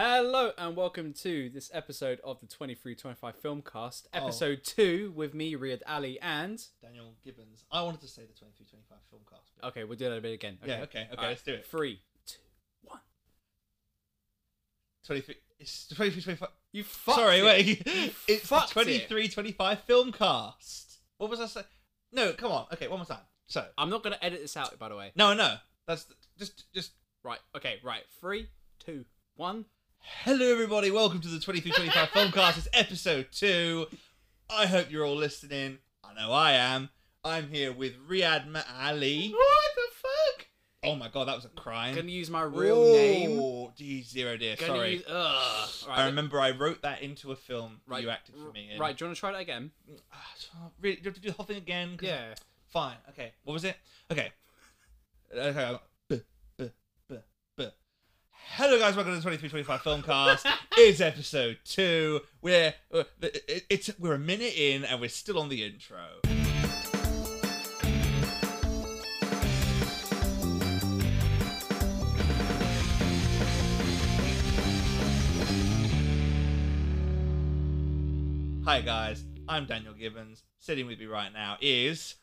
Hello and welcome to this episode of the 2325 Filmcast, Oh. episode 2 with me, Riyad Ali, and. Daniel Gibbons. I wanted to say the 2325 film cast. but- Okay, we'll do that a bit again. Yeah, okay, okay, Alright, let's do it. Three, two, one. 23 it's 2325 You fucked Sorry, it. wait. You It's the fucked it. 2325 film cast. What was I saying? No, come on. Okay, one more time. So, I'm not going to edit this out, by the way. no, no. That's just just Right, okay, right. Three, two, one. Hello, everybody. Welcome to the 2325 Filmcast. It's episode two. I hope you're all listening. I know I am. I'm here with Riyad Ma'ali. What the fuck? Oh my god, that was a crime. Gonna use my real name. Oh, D zero dear. Gonna Sorry. Use... Ugh. Alright, I remember I wrote that into a film that right, you acted for me in. Right, do you want to try that again? Ah, so- Really, do you have to do the whole thing again? 'Cause- Yeah. Fine. Okay. What was it? Okay. Uh, Okay. I'm- buh, buh, buh, buh. Hello, guys. Welcome to the 2325 Filmcast. it's episode two. We're uh, it- it's we're a minute in and we're still on the intro. Hi, guys. I'm Daniel Gibbons. Sitting with me right now is.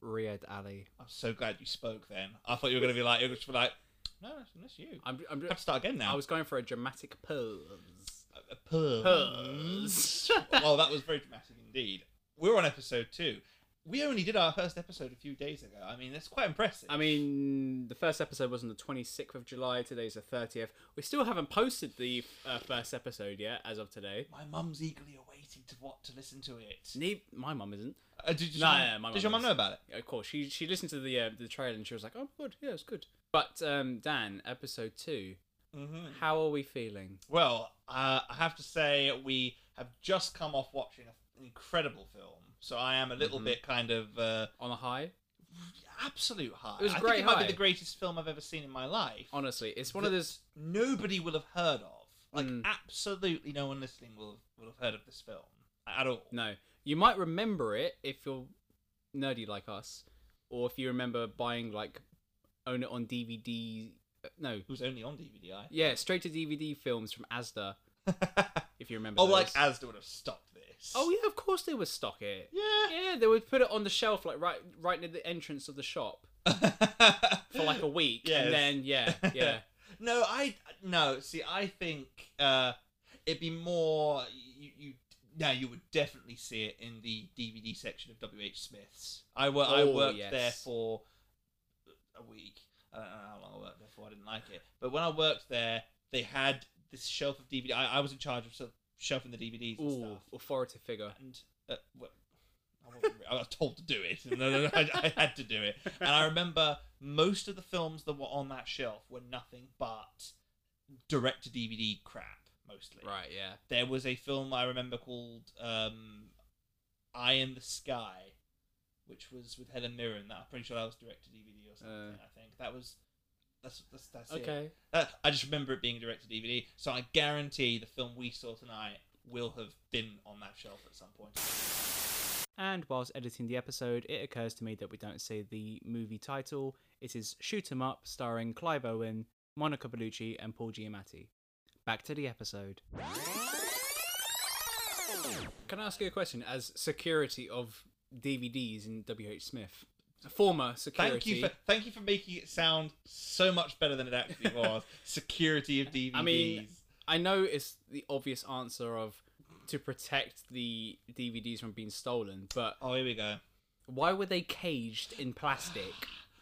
Riyad Ali. I'm so glad you spoke then. I thought you were going to be like, you were just like, no, that's, that's you. I'm, I'm, I have to start again now. I was going for a dramatic pose. A purr. Purrs. well, that was very dramatic indeed. We're on episode two. We only did our first episode a few days ago. I mean, that's quite impressive. I mean, the first episode was on the 26th of July. Today's the 30th. We still haven't posted the uh, first episode yet, as of today. my mum's eagerly awaiting to what to listen to it. Ne- my mum isn't. Uh, did, did No, your mum- yeah, my did mum your mum is. know about it? Of course, she she listened to the uh, the trailer and she was like, "Oh, good, yeah, it's good." But um, Dan, episode two, Mm-hmm. how are we feeling? Well, uh, I have to say we have just come off watching an incredible film, so I am a little Mhm. bit kind of uh, On a high, absolute high. It was I great think it might high. be the greatest film I've ever seen in my life. honestly, it's one of that those. nobody will have heard of. Like Mm. absolutely no one listening will will have heard of this film at all. No, you might remember it if you're nerdy like us, or if you remember buying like own it on DVD. uh, No, It was only on DVD. I- yeah, straight to DVD films from ASDA. if you remember. oh, like those. Asda would have stopped this. oh yeah, of course they would stock it. yeah. Yeah, they would put it on the shelf like right right near the entrance of the shop for like a week, Yes. and then yeah, yeah. no, I no. See, I think uh, it'd be more you. you no, you would definitely see it in the DVD section of WH Smith's. I, wor- I Oh, worked yes. there for a week. I don't know how long I worked there for. I didn't like it. But when I worked there, they had this shelf of DVD. I, I was in charge of sort of shelving the DVDs and Ooh, stuff. authoritative figure. And uh, well, I, wasn't re- I was told to do it. No, no, no, I, I had to do it. And I remember most of the films that were on that shelf were nothing but direct to DVD crap, mostly. Right, yeah. There was a film I remember called um, Eye in the Sky, which was with Helen Mirren. That I'm pretty sure that was direct to DVD or something. I think that was. That's that's that's it. Uh. Okay. Uh, I just remember it being direct to DVD, so I guarantee the film we saw tonight will have been on that shelf at some point. And whilst editing the episode, it occurs to me that we don't say the movie title. It is Shoot 'Em Up, starring Clive Owen, Monica Bellucci, and Paul Giamatti. Back to the episode. Can I ask you a question? As security of DVDs in WH Smith, former security. Thank you for thank you for making it sound so much better than it actually was. Security of DVDs. I mean, I know it's the obvious answer of to protect the DVDs from being stolen, but oh, here we go. why were they caged in plastic?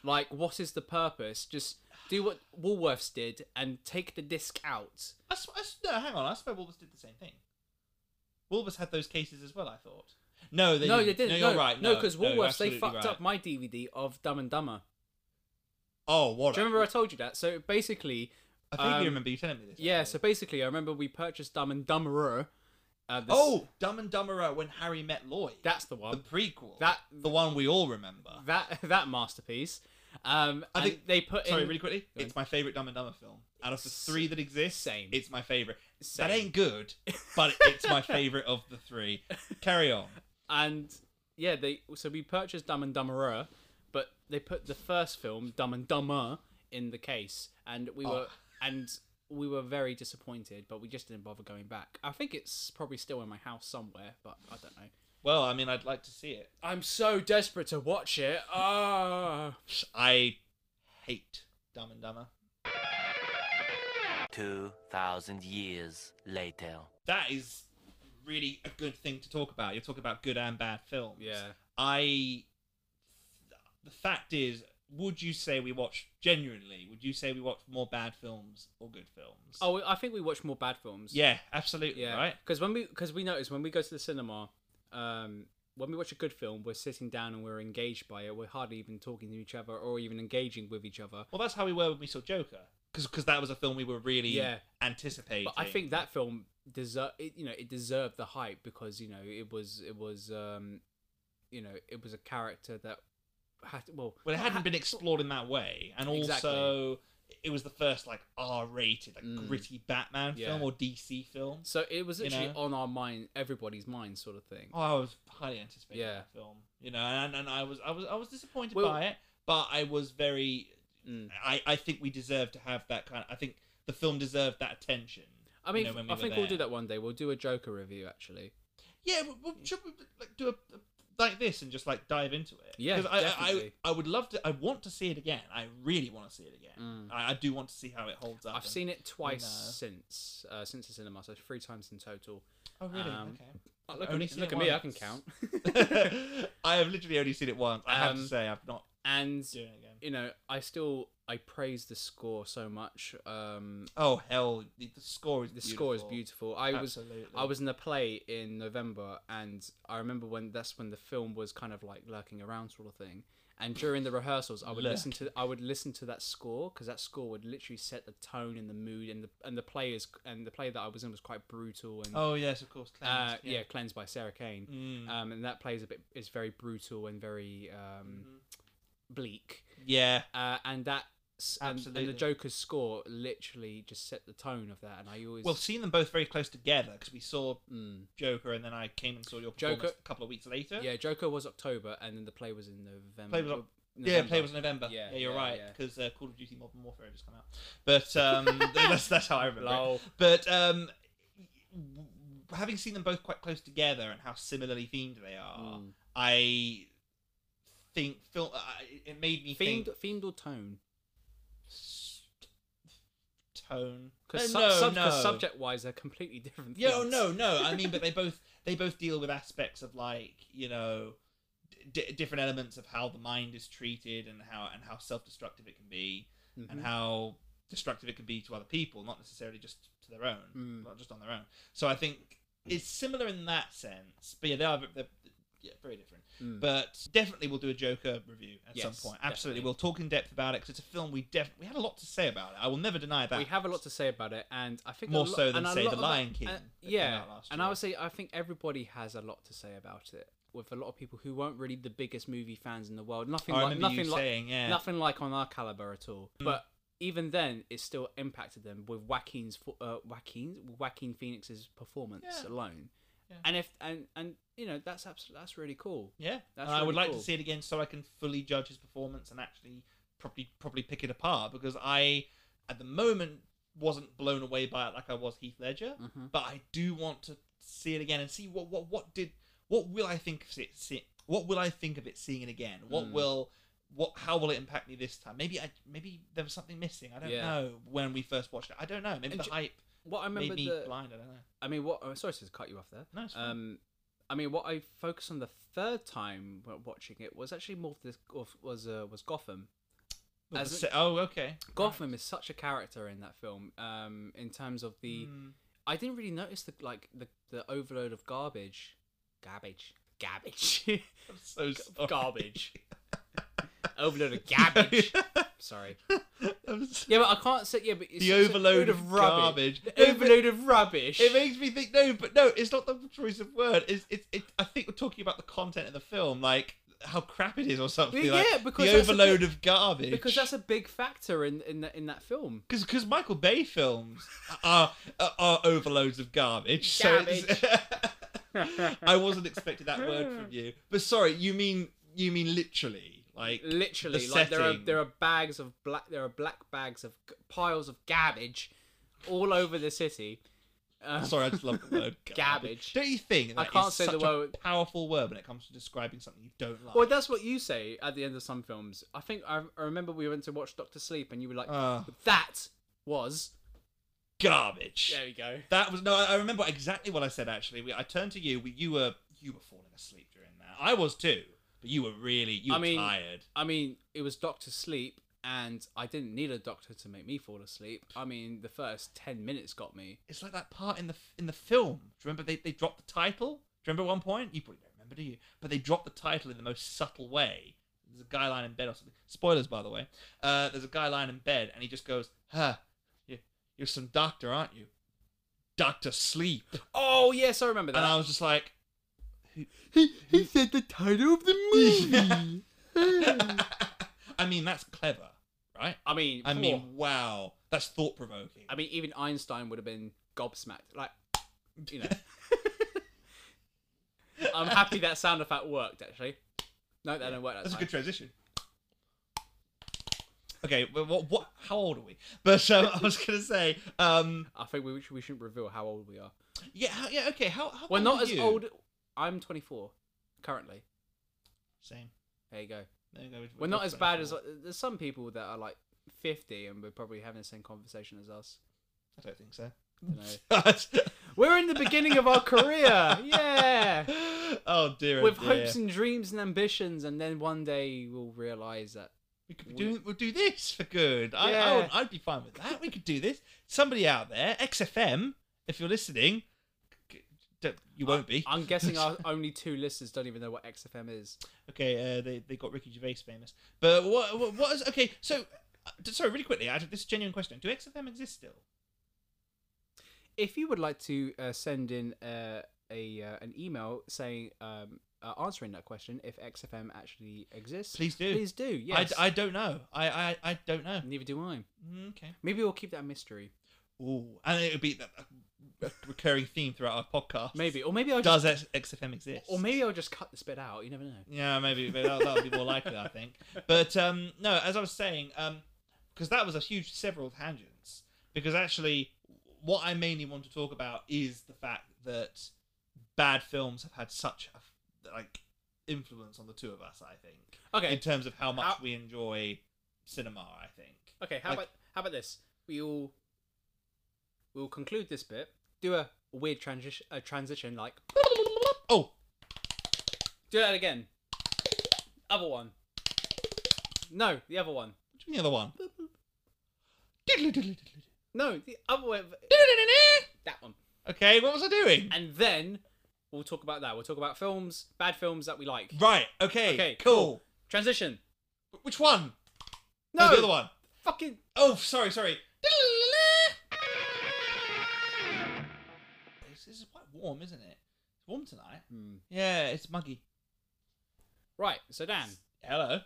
Like, what is the purpose? Just do what Woolworths did and take the disc out. I, sw- I s- no, hang on. I swear Wolves did the same thing. Wolves had those cases as well. I thought. No, they no, didn't. they didn't. No, you're right. No, because no, you're Woolworths they absolutely fucked right. up my DVD of Dumb and Dumber. Oh, what? Do you remember I told you that? So basically, I think um, you remember you telling me this. yeah. actually. So basically, I remember we purchased Dumb and Dumberer. Uh, this- oh, Dumb and Dumberer when Harry met Lloyd. that's the the one. prequel. that- the one we all remember. That that masterpiece. Um, I and think- they put Sorry, in really quickly. Go It's my favorite Dumb and Dumber film. Out of the S- three that exist, same. It's my favorite. Same. That ain't good, but it's my favorite of the three. Carry on. and yeah, they so we purchased Dumb and Dumberer, but Ah. they put the first film Dumb and Dumber in the case, and we were and we were very disappointed, but we just didn't bother going back. I think it's probably still in my house somewhere, but I don't know. Well, I mean, I'd like to see it. I'm so desperate to watch it. Ah. I hate Dumb and Dumber. 2,000 years later. That is really a good thing to talk about. You're talking about good and bad films. Yeah. I. The fact is, would you say we watch genuinely? Would you say we watch more bad films or good films? Oh, I think we watch more bad films. yeah, absolutely. Yeah. Right. Because when we because we notice when we go to the cinema, um, when we watch a good film, we're sitting down and we're engaged by it. We're hardly even talking to each other or even engaging with each other. Well, that's how we were when we saw Joker, because that was a film we were really Yeah. anticipating. But I think that film deserve it, you know it deserved the hype because you know it was it was um, you know it was a character that had well well, not it hadn't had- been explored in that way, and Exactly. also it was the first like R-rated, like Mm. gritty Batman Yeah. film or DC film. So it was you literally know? on our mind, everybody's mind, sort of thing. Oh, I was highly anticipating Yeah. that film, you know, and, and I was I was I was disappointed Well- by it, but I was very. Mm. I I think we deserve to have that kind. I think the film deserved that attention. I mean, you know, when we I were think we'll do there. that one day. We'll do a Joker review, actually. Yeah, but, but should we like do a like this and just like dive into it? Yeah, 'Cause I, definitely. I I would love to. I want to see it again. I really want to see it again. Mm. I, I do want to see how it holds up. I've and- seen it twice No. since uh, since the cinema, so three times in total. Oh really? um, okay. Oh, I've look at only me, seen look it at me I can once. count. I have literally only seen it once. I have to Um, say, I've not and doing it again. you know, I still I praise the score so much. Um, Oh hell, the, the score is the score is beautiful. I was Absolutely. I was in a play in November, and I remember when that's when the film was kind of like lurking around, sort of thing. And during the rehearsals, I would listen to I would listen to that score because that score would literally set the tone and the mood and the and the players and the play that I was in was quite brutal and Oh yes, of course. uh, Cleansed, yeah. cleansed by Sarah Kane. Mm. Um, and that plays a bit is very brutal and very um, bleak. Mm-hmm. yeah. Uh, and that s- and, and the Absolutely. Joker's score literally just set the tone of that. And I always Well, seen them both very close together because we saw Mm. Joker, and then I came and saw your Joker- performance a couple of weeks later. yeah, Joker was October, and then the play was in November. Play was Oc- Yeah, November. play was November. Yeah, Yeah, you're yeah, right yeah. because uh, Call of Duty Modern Warfare had just come out. But um, that's that's how I remember. It. Lol. Mm. But um, w- having seen them both quite close together and how similarly themed they are, Mm. I think film I it made me Themed, think themed or tone? s- tone. Because Uh, no, no. subject wise, they're completely different. Yeah, oh, things. no, no. I mean, but they both they both deal with aspects of like you know d- different elements of how the mind is treated and how and how self destructive it can be Mhm. and how destructive it can be to other people, not necessarily just to their own, Mm. not just on their own. So I think it's similar in that sense, but yeah, they are v- they're, yeah, very different. Mm. But definitely, we'll do a Joker review at some Yes, point. Absolutely, definitely. we'll talk in depth about it because it's a film we def we had a lot to say about it. I will never deny that. we have a lot to say about it, and I think a more lo- so than and a say lot the of Lion that- King. uh, that came yeah, out last and I year. would say I think everybody has a lot to say about it. With a lot of people who weren't really the biggest movie fans in the world, nothing I like remember nothing you like saying, yeah. Mm. nothing like on our caliber at all. But even then, it still impacted them with Joaquin's fo- uh, Joaquin's Joaquin Phoenix's performance Yeah. alone. Yeah. And if and and you know that's abs- that's really cool. Yeah, That's and I would really like to cool. see it again so I can fully judge his performance and actually probably probably pick it apart because I, at the moment, wasn't blown away by it like I was Heath Ledger, Mhm. but I do want to see it again and see what what what did what will I think of it see, what will I think of it seeing it again what Mm. will what how will it impact me this time maybe I maybe there was something missing I don't Yeah. know when we first watched it I don't know maybe And the ju- hype What I made remember me the blind I don't know I mean, what? Oh, sorry to cut you off there. No, it's fine. um, I mean, what I focused on the third time wa- watching it was actually more this of- was uh, was Gotham. Well, as the a- se- oh okay Gotham is such a character in that film. Um, in terms of the, Mm. I didn't really notice the like the the overload of garbage, garbage, garbage, I'm so sorry. garbage, overload of garbage. Sorry. I'm so- Yeah, but I can't say. Yeah, but it's The it's a overload load of garbage. The No, but- overload of rubbish. It makes me think no, but no, it's not the choice of word. It's it's it, I think we're talking about the content of the film, like how crap it is or something. Yeah, like, yeah, because the that's a overload bit- of garbage. because that's a big factor in in that in that film. because because Michael Bay films are are overloads of garbage. So it's, I wasn't expecting that word from you. But sorry, you mean you mean literally like literally the like there are setting. there are bags of black there are black bags of g- piles of garbage all over the city. Um, Sorry, I just love the word Garbage. Don't you think that I can't is say the such word- a powerful word when it comes to describing something you don't like? Well, that's what you say at the end of some films. I think I, I remember we went to watch Doctor Sleep, and you were like, Ah, "That was." garbage. There we go. That was no. I I remember exactly what I said. Actually, we, I turned to you. We, you were you were falling asleep during that. I was too, but you were really you I were mean- tired. I mean, it was Doctor Sleep, and I didn't need a doctor to make me fall asleep. I mean, the first ten minutes got me. It's like that part in the in the film. Do you remember they, they dropped the title? Do you remember at one point? You probably don't remember, do you? But they dropped the title in the most subtle way. There's a guy lying in bed or something. Spoilers, by the way. Uh, there's a guy lying in bed and he just goes, "Huh, you, you're some doctor, aren't you? Doctor Sleep." Oh yes, I remember And that. I was just like, he he said the title of the movie. I mean, that's clever, right? I mean, I mean, poor. wow, that's thought provoking. I mean, even Einstein would have been gobsmacked. Like, you know. I'm happy that sound effect worked. Actually, no, that didn't work. That That's a time. good transition. Okay, well, what, what? How old are we? But um, I was gonna say, um, I think we should, we shouldn't reveal how old we are. yeah, how, yeah, okay. How? how We're old not are as you? old. I'm 24 currently. Same. There you go. There you go, We're not as bad as 24. there's some people that are like 50 and we're probably having the same conversation as us. I don't think so. We're in the beginning of our career. Yeah. oh dear. oh With dear. hopes and dreams and ambitions, and then one day we'll realize that. We could be doing, we'll do this for good. I, I Yeah. would, I'd be fine with that. We could do this. Somebody out there, XFM, if you're listening, c- don't- you won't be. I'm guessing our only two listeners don't even know what XFM is. Okay, uh, they, they got Ricky Gervais famous. But what, what, what is. Okay, so. uh, Sorry, really quickly, I, this is a genuine question. Do XFM exist still? If you would like to uh, send in uh, a uh, an email saying um, uh, answering that question, if XFM actually exists, Please do. Please do. I- Yes. I, don't know. I, I, I don't know. Mm, Neither do I. Okay. Maybe we'll keep that a mystery. Ooh. And it would be a, a recurring theme throughout our podcast. Maybe, or maybe I'll just, Does X- XFM exist? or maybe I'll just cut this bit out. You never know. Yeah, maybe, maybe that, that would be more likely, I think. But um, no, as I was saying, because that was a huge several tangents. Because actually, what I mainly want to talk about is the fact that bad films have had such a like influence on the two of us. I think in Okay, terms of how much How- we enjoy cinema. I think. okay. How like- about how about this? We all we'll conclude this bit. Do a weird transition, a transition like Oh, do that again. Other one. No, the other one. which one the other one? No, the other one. That one. Okay, what was I doing? And then we'll talk about that. We'll talk about films, bad films that we like. Right. Okay. Okay, Cool. Transition. Which one? No, the other one. fucking. Oh, sorry, sorry. This this is quite warm, isn't it? It's warm tonight. Hmm. Yeah, it's muggy. Right. So Dan, Hello.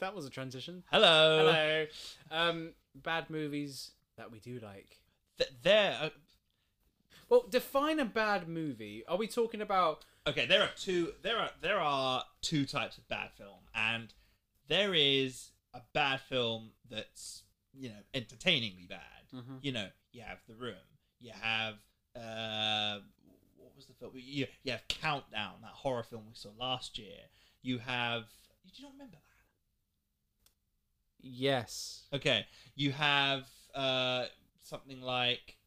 that was a transition. Hello. Hello. Um, bad movies that we do like. Th- there. Are, Well, define a bad movie. Are we talking about? okay, there are two. There are there are two types of bad film, and there is a bad film that's you know entertainingly bad. Mhm. You know, you have The Room. You have uh, what was the film? You, you have Countdown, that horror film we saw last year. You have. Do you not remember that? Yes. Okay, you have uh, something like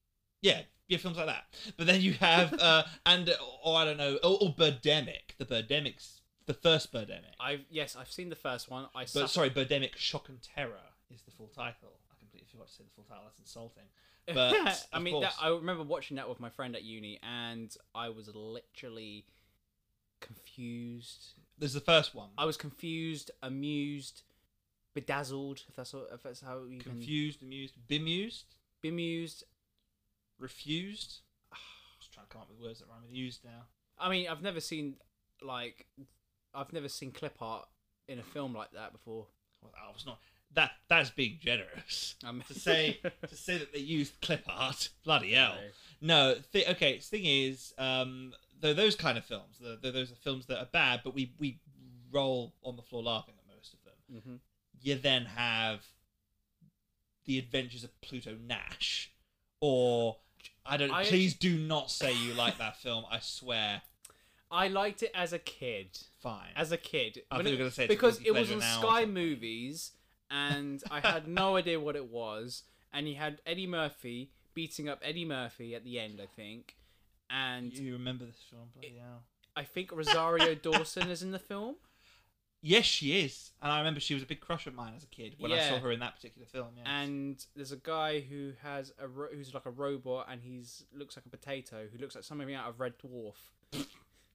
yeah, yeah, films like that. But then you have uh, and or I don't know, or, or Birdemic, the Birdemic's the first Birdemic. I've yes, I've seen the first one. I But suffer- sorry, Birdemic Shock and Terror is the full title. I completely forgot to say the full title. That's insulting. But I of mean, that, course- I remember watching that with my friend at uni, and I was literally confused. there's the first one. I was confused, amused, bedazzled. If that's what, if that's how you can Confused, amused, bemused, bemused. refused. I was trying to come up with words that rhyme with used now. I mean, I've never seen like I've never seen clip art in a film like that before. Well, I was not. That that's being generous. Um, to say to say that they used clip art. Bloody hell. No, th- okay. Thing is, um, though those kind of films, tho- tho- those are films that are bad, but we we roll on the floor laughing at most of them. hmm You then have the Adventures of Pluto Nash, or I don't. I- please do not say you like that film. I swear. I liked it as a kid. Fine. As a kid, I When thought you it- were gonna say it's a because guilty it was pleasure on now or Sky something. Movies, and I had no idea what it was. And he had Eddie Murphy beating up Eddie Murphy at the end, I think. And you remember this film? Bloody hell. I think Rosario Dawson is in the film. Yes, she is, and I remember she was a big crush of mine as a kid when I Yeah. saw her in that particular film. Yes. and there's a guy who has a ro- who's like a robot and he's looks like a potato who looks like something out of red dwarf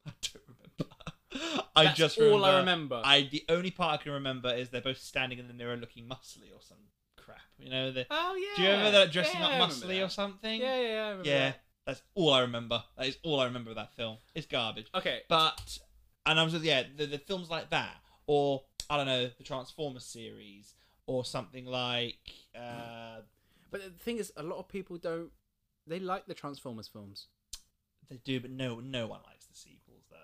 I don't remember. I That's just all remember, I remember. I the only part I can remember is they're both standing in the mirror looking muscly or some crap. You know the. oh yeah Do you remember that dressing Yeah, I up remember muscly that. or something? yeah yeah yeah, I remember Yeah, that. that's all I remember. That is all I remember of that film. It's garbage. okay But and I was yeah, the, the films like that, or I don't know, the Transformers series, or something like uh, but the thing is a lot of people don't they like the transformers films they do, but no, no one likes the sequels though.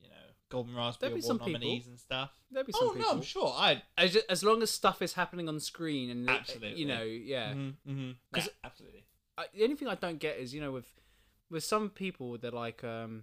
You know, Golden Raspberry There'll be Award some people. nominees and stuff. there'd be some Oh no, people I'm sure I. as, as long as stuff is happening on screen and uh, Absolutely. you know yeah Mhm, mhm. Yeah, Mm-hmm, 'Cause- absolutely. I, the only thing I don't get is you know with with some people they're like um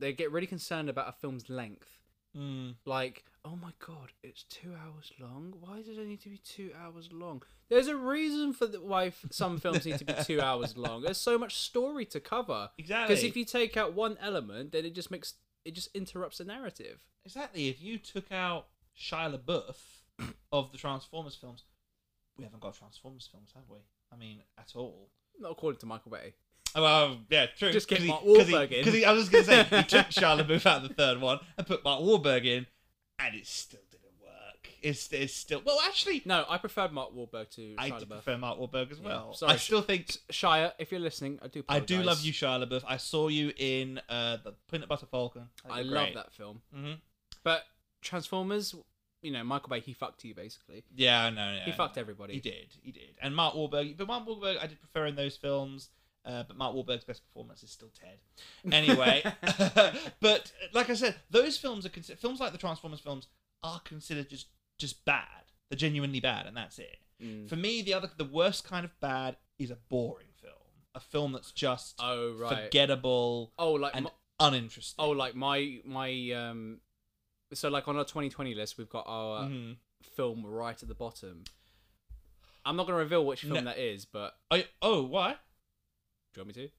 they get really concerned about a film's length Mm. like oh my god it's two hours long why does it need to be two hours long there's a reason for the, why f- some films need to be two hours long there's so much story to cover Exactly. because if you take out one element then it just makes it just interrupts the narrative Exactly. If you took out Shia LaBeouf of the Transformers films, we haven't got Transformers films, have we? I mean, at all. not according to michael bay Oh, well, yeah, true. Just get 'Cause he- Mark 'cause he- Wahlberg in. 'cause he- I was going to say, he took Shia LaBeouf out of the third one and put Mark Wahlberg in, and it still didn't work. It's, it's still. Well, actually, no i preferred mark Wahlberg to I Shia did LaBeouf. prefer Mark Wahlberg as Yeah. well. Sorry, I still think. shia if you're listening i do I do apologize. love you, Shia LaBeouf. I saw you in uh, the Peanut Butter Falcon. i love that film hmm but transformers you know michael bay he fucked you basically Yeah, I know. he yeah, fucked no. everybody He did, he did. And Mark Wahlberg, but Mark Wahlberg, I did prefer in those films. Uh, but Mark Wahlberg's best performance is still Ted. Anyway, but like I said, those films are considered films like the Transformers films are considered just just bad. They're genuinely bad, and that's it. Mm. For me, the other the worst kind of bad is a boring film, a film that's just oh right forgettable oh like and Ma- uninteresting. Oh, like my my um, so like on our 2020 list, we've got our Mhm. film right at the bottom. I'm not gonna reveal which film No. that is, but Oh, oh, why? do you want me to?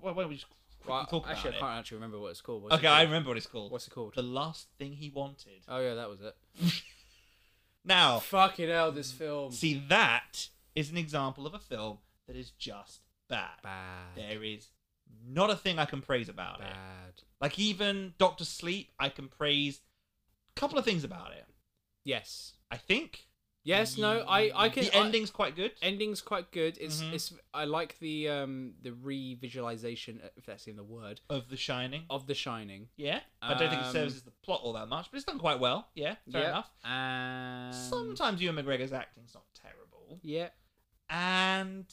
Why, why don't we just quickly Well, talk about actually, I it? can't actually remember what it's called. What's it Okay, I called? remember what it's called. What's it called? the last thing he wanted. Oh yeah, that was it. Now, Fucking hell, this film. Oh. see that is an example of a film that is just bad. bad, There is not a thing I can praise about it. bad. Like even Doctor Sleep, I can praise a couple of things about it. Yes, I think yes, no. I I can. the I- Eh. ending's quite good. ending's quite good. It's Mhm. it's. I like the um the re-visualization, uh, if that's even the word, Of The Shining, of The Shining. yeah. I don't think it Um, services the plot all that much, but it's done quite well. Yeah, fair Yep. enough. And Sometimes Ewan McGregor's acting's not terrible, Yeah. and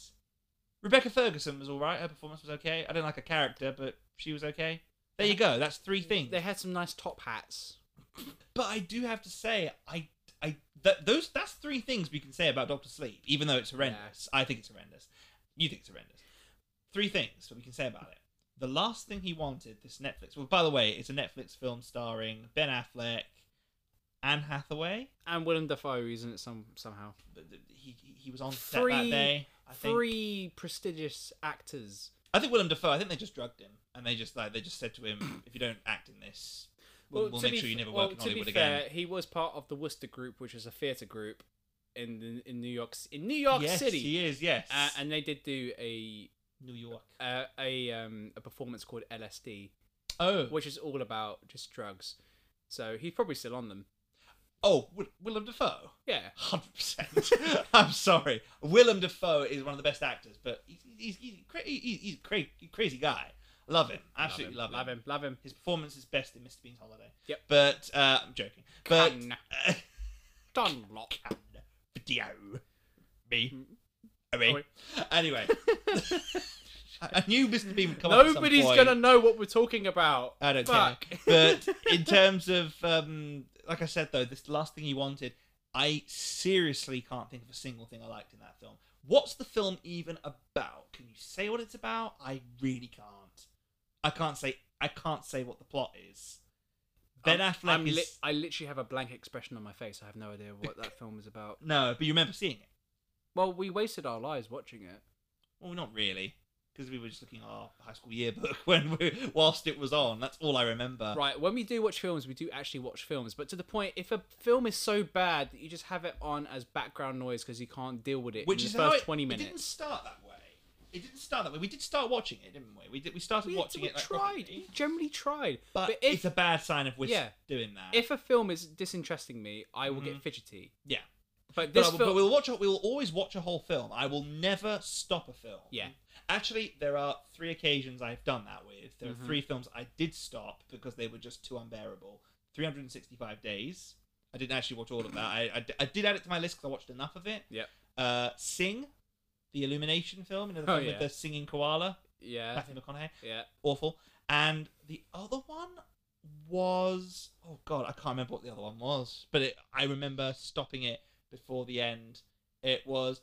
Rebecca Ferguson was all right. Her performance was okay. I don't like her character, but she was okay. There you go. That's three things. They had some nice top hats. But I do have to say, I, I that those that's three things we can say about Doctor Sleep, even though it's horrendous. I think it's horrendous. You think it's horrendous. Three things that we can say about it. The last thing he wanted, this Netflix. Well, by the way, it's a Netflix film starring Ben Affleck, Anne Hathaway. And Willem Dafoe, isn't it? Some somehow But th- He he he was on set that Three- day. I think. three prestigious actors. I think Willem Dafoe. I think they just drugged him, and they just like they just said to him, if you don't act in this, we'll, we'll to make be sure you f- never well, work in to Hollywood be again. Fair, he was part of the Worcester Group, which is a theatre group in the, in New York C- in New York yes, City, he is. Yes, uh, and they did do a New York. uh, a um, a performance called LSD, Oh, which is all about just drugs. So he's probably still on them. Oh, Will- Willem Dafoe. Yeah. 100%. I'm sorry. Willem Dafoe is one of the best actors, but he's, he's, he's, cra- he's, he's cra- crazy guy. Love him. Absolutely love him. love him, love him. His performance is best in Mr. Bean's Holiday. Yep. But, uh, I'm joking. But, Can. uh, Done lot. can video me. Mm. I mean, anyway. I knew Mr. Bean would come up at some Nobody's point. gonna know what we're talking about. I don't Fuck. care. But in terms of, um, like I said though, this last thing he wanted, I seriously can't think of a single thing I liked in that film. What's the film even about? Can you say what it's about? I really can't. I can't say. I can't say what the plot is. Ben I'm- Affleck I'm is li- I literally have a blank expression on my face. I have no idea what that film is about. no, but you remember seeing it? Well, we wasted our lives watching it. Well, not really, because we were just looking at our high school yearbook when we, whilst it was on. That's all I remember. Right, when we do watch films, we do actually watch films. But to the point, if a film is so bad that you just have it on as background noise because you can't deal with it Which in is the how first it, 20 It didn't minutes. start that way. It didn't start that way. We did start watching it, didn't we? We did. We started We, watching we it. like, tried. properly. We generally tried. eh? but, if, it's a bad sign if we're Yeah. doing that. if a film is disinteresting me, I will get fidgety. Mm-hmm. yeah. But But, this I- but film. we'll watch. a- We'll always watch a whole film. I will never stop a film. Yeah. Actually, there are three occasions I've done that with. There Mm-hmm. are three films I did stop because they were just too unbearable. 365 Days. I didn't actually watch all of that. I, I, d- I did add it to my list because I watched enough of it. Yep. Uh, Sing, the Illumination film, you know, the Oh, film yeah. with the singing koala, Yeah. Matthew McConaughey. Yeah. Awful. And the other one was oh god, I can't remember what the other one was, but it, I remember stopping it before the end. It was,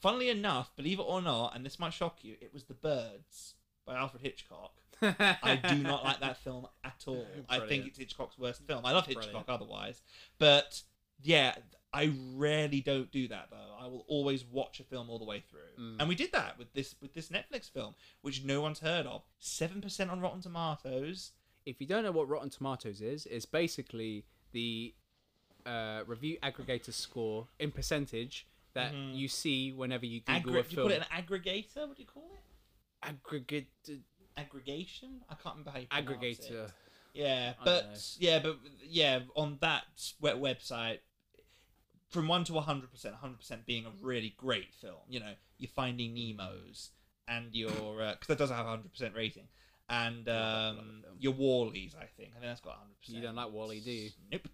funnily enough, believe it or not, and this might shock you, it was The Birds by Alfred Hitchcock. I do not like that film at all. I think Brilliant. it's Hitchcock's worst film. I love Hitchcock Brilliant. otherwise, but yeah, I rarely don't do that though. I will always watch a film all the way through, Mm. and we did that with this with this Netflix film, which no one's heard of. Seven percent on Rotten Tomatoes. if you don't know what Rotten Tomatoes is, it's basically the uh, review aggregator score in percentage that Mhm. you see whenever you Google Aggre- a do you call film. it an aggregator? What do you call it? Aggregate Aggregation? I can't remember how you pronounce it. aggregator. Yeah, I but dunno. yeah, but yeah, on that web- website, from one to hundred percent, hundred percent being a really great film. You know, you're Finding Nemo's and your because that doesn't have hundred percent rating, and Yeah, that's um, another film. your Wallies. I think I think that's got hundred percent. You don't like Wall-E, do you? Nope.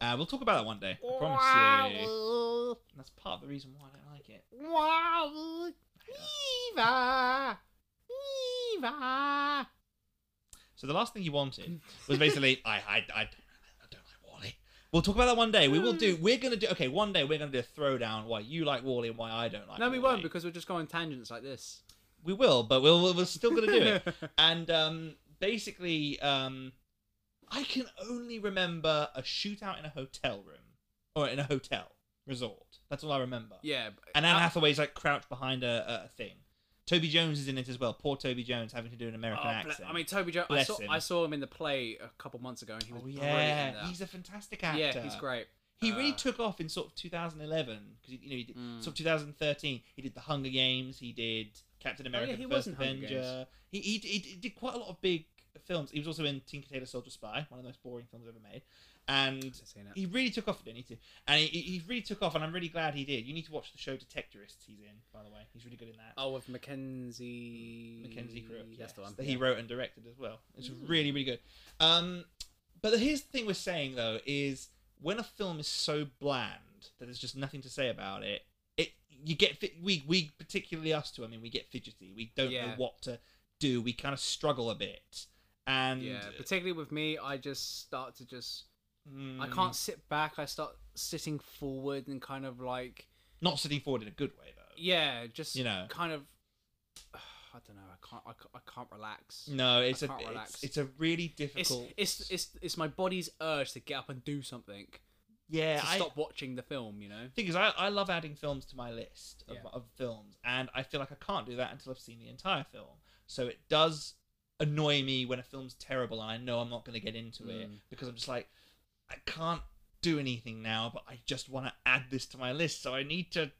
Uh, we'll talk about that one day. I promise you. And that's part of the reason why I don't like it. Eva, Eva. So the last thing you wanted was basically I I I, I don't like Wally. We'll talk about that one day. We will Mm. do. We're gonna do. Okay, one day we're gonna do a throwdown. Why you like Wally and why I don't like. No, we Wall-E. won't because we'll just go on tangents like this. we will, but we'll we'll- we're still gonna do it. and um, basically, um, I can only remember a shootout in a hotel room or in a hotel resort. That's all I remember. yeah. And Anne uh, Hathaway's like crouched behind a, a thing. Toby Jones is in it as well. Poor Toby Jones having to do an American oh, ble- accent. I mean, Toby Jones. I Bless saw, him. I saw him in the play a couple months ago, and he was oh brilliant. in yeah, that. he's a fantastic actor. Yeah, he's great. He really Uh, took off in sort of 2011 because you know he did, Mm. sort of 2013. He did the Hunger Games. He did Captain America: Oh, he The was First in Hunger Avenger. He, he he d- did quite a lot of big films. He was also in Tinker Tailor Soldier Spy, one of the most boring films ever made. And I've seen it. he really took off. Didn't he? Too? And he, he he really took off. And I'm really glad he did. You need to watch the show Detectorists. He's in, by the way. He's really good in that. Oh, with Mackenzie. Mackenzie Crook. That's Mm, the yes, one. Mm. That he wrote and directed as well. It's really, really good. Um, but here's the thing we're saying though is when a film is so bland that there's just nothing to say about it, it you get fi- we we particularly us two. I mean, we get fidgety. We don't know Yeah. what to do. We kind of struggle a bit. And Yeah, particularly with me, I just start to just. I mm, can't sit back. I start sitting forward and kind of like. not sitting forward in a good way though. Yeah, just You know. kind of. I don't know. I can't. I, ca- I can't relax. No, it's a can't it's, relax. it's a really It's, Mm, difficult. it's it's it's my body's urge to get up and do something yeah. to I- stop watching the film. You know. thing is, I, I love adding films to my list of, Yeah. of films, and I feel like I can't do that until I've seen the entire film. So it does annoy me when a film's terrible and I know I'm not going to get into it Mm. because I'm just like, I can't do anything now, but I just want to add this to my list. So I need to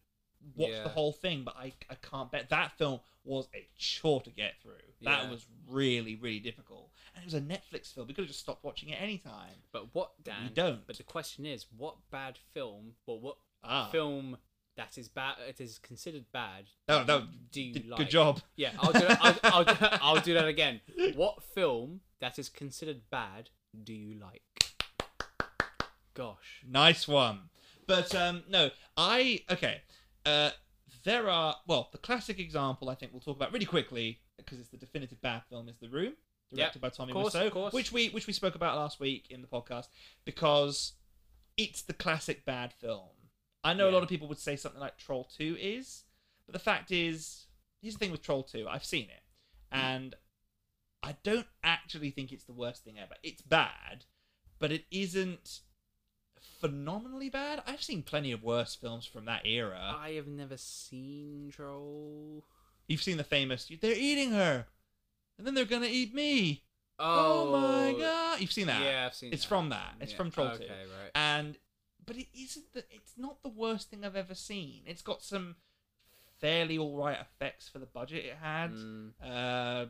watch Yeah. the whole thing, but I, I can't bet. That film was a chore to get through. That Yeah. was really, really difficult. And it was a Netflix film. We could have just stopped watching it any time. But what, But Dan? we don't. But the question is, what bad film? Well, what Ah. film that is bad? It is considered bad. No, no, Do you good like? job. Yeah, I'll do. I'll, I'll, do- I'll do that again. What film that is considered bad do you like? Gosh. Nice one. But um, no, I okay. Uh, there are well, the classic example I think we'll talk about really quickly because it's the definitive bad film is The Room, Yep, directed by Tommy of course, Wiseau, of course. which we which we spoke about last week in the podcast because it's the classic bad film. I know a Yeah. lot of people would say something like Troll Two is, But the fact is, here's the thing with Troll 2. I've seen it, Mm. and I don't actually think it's the worst thing ever. It's bad, but it isn't phenomenally bad. I've seen plenty of worse films from that era. I have never seen Troll. You've seen the famous, they're eating her, and then they're going to eat me. Oh, my god. You've seen that. Yeah, I've seen. It's that. from that. It's Yeah. from Troll 2. Okay, right. and but it isn't the, it's not the worst thing i've ever seen it's got some fairly all right effects for the budget it had Mm, uh,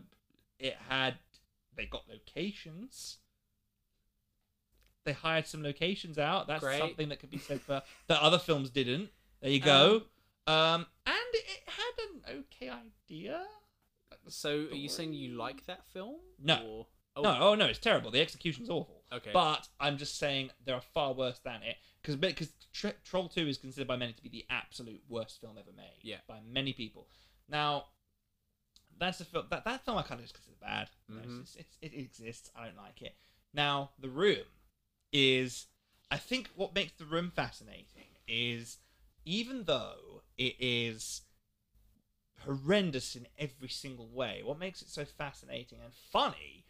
it had they got locations they hired some locations out that's Great. something that could be said for that other films didn't there you go um, and it had an okay idea so, are you saying you like that film? No. Or... Oh, no oh no it's terrible the execution's awful Okay. But I'm just saying there are far worse than it because because Tr- Troll Two is considered by many to be the absolute worst film ever made. Yeah. By many people. Now, that's a film that that film I kind of just consider bad. You know, Mhm. it's, it's, it exists. I don't like it. Now, The Room is I think what makes The Room fascinating is even though it is horrendous in every single way, what makes it so fascinating and funny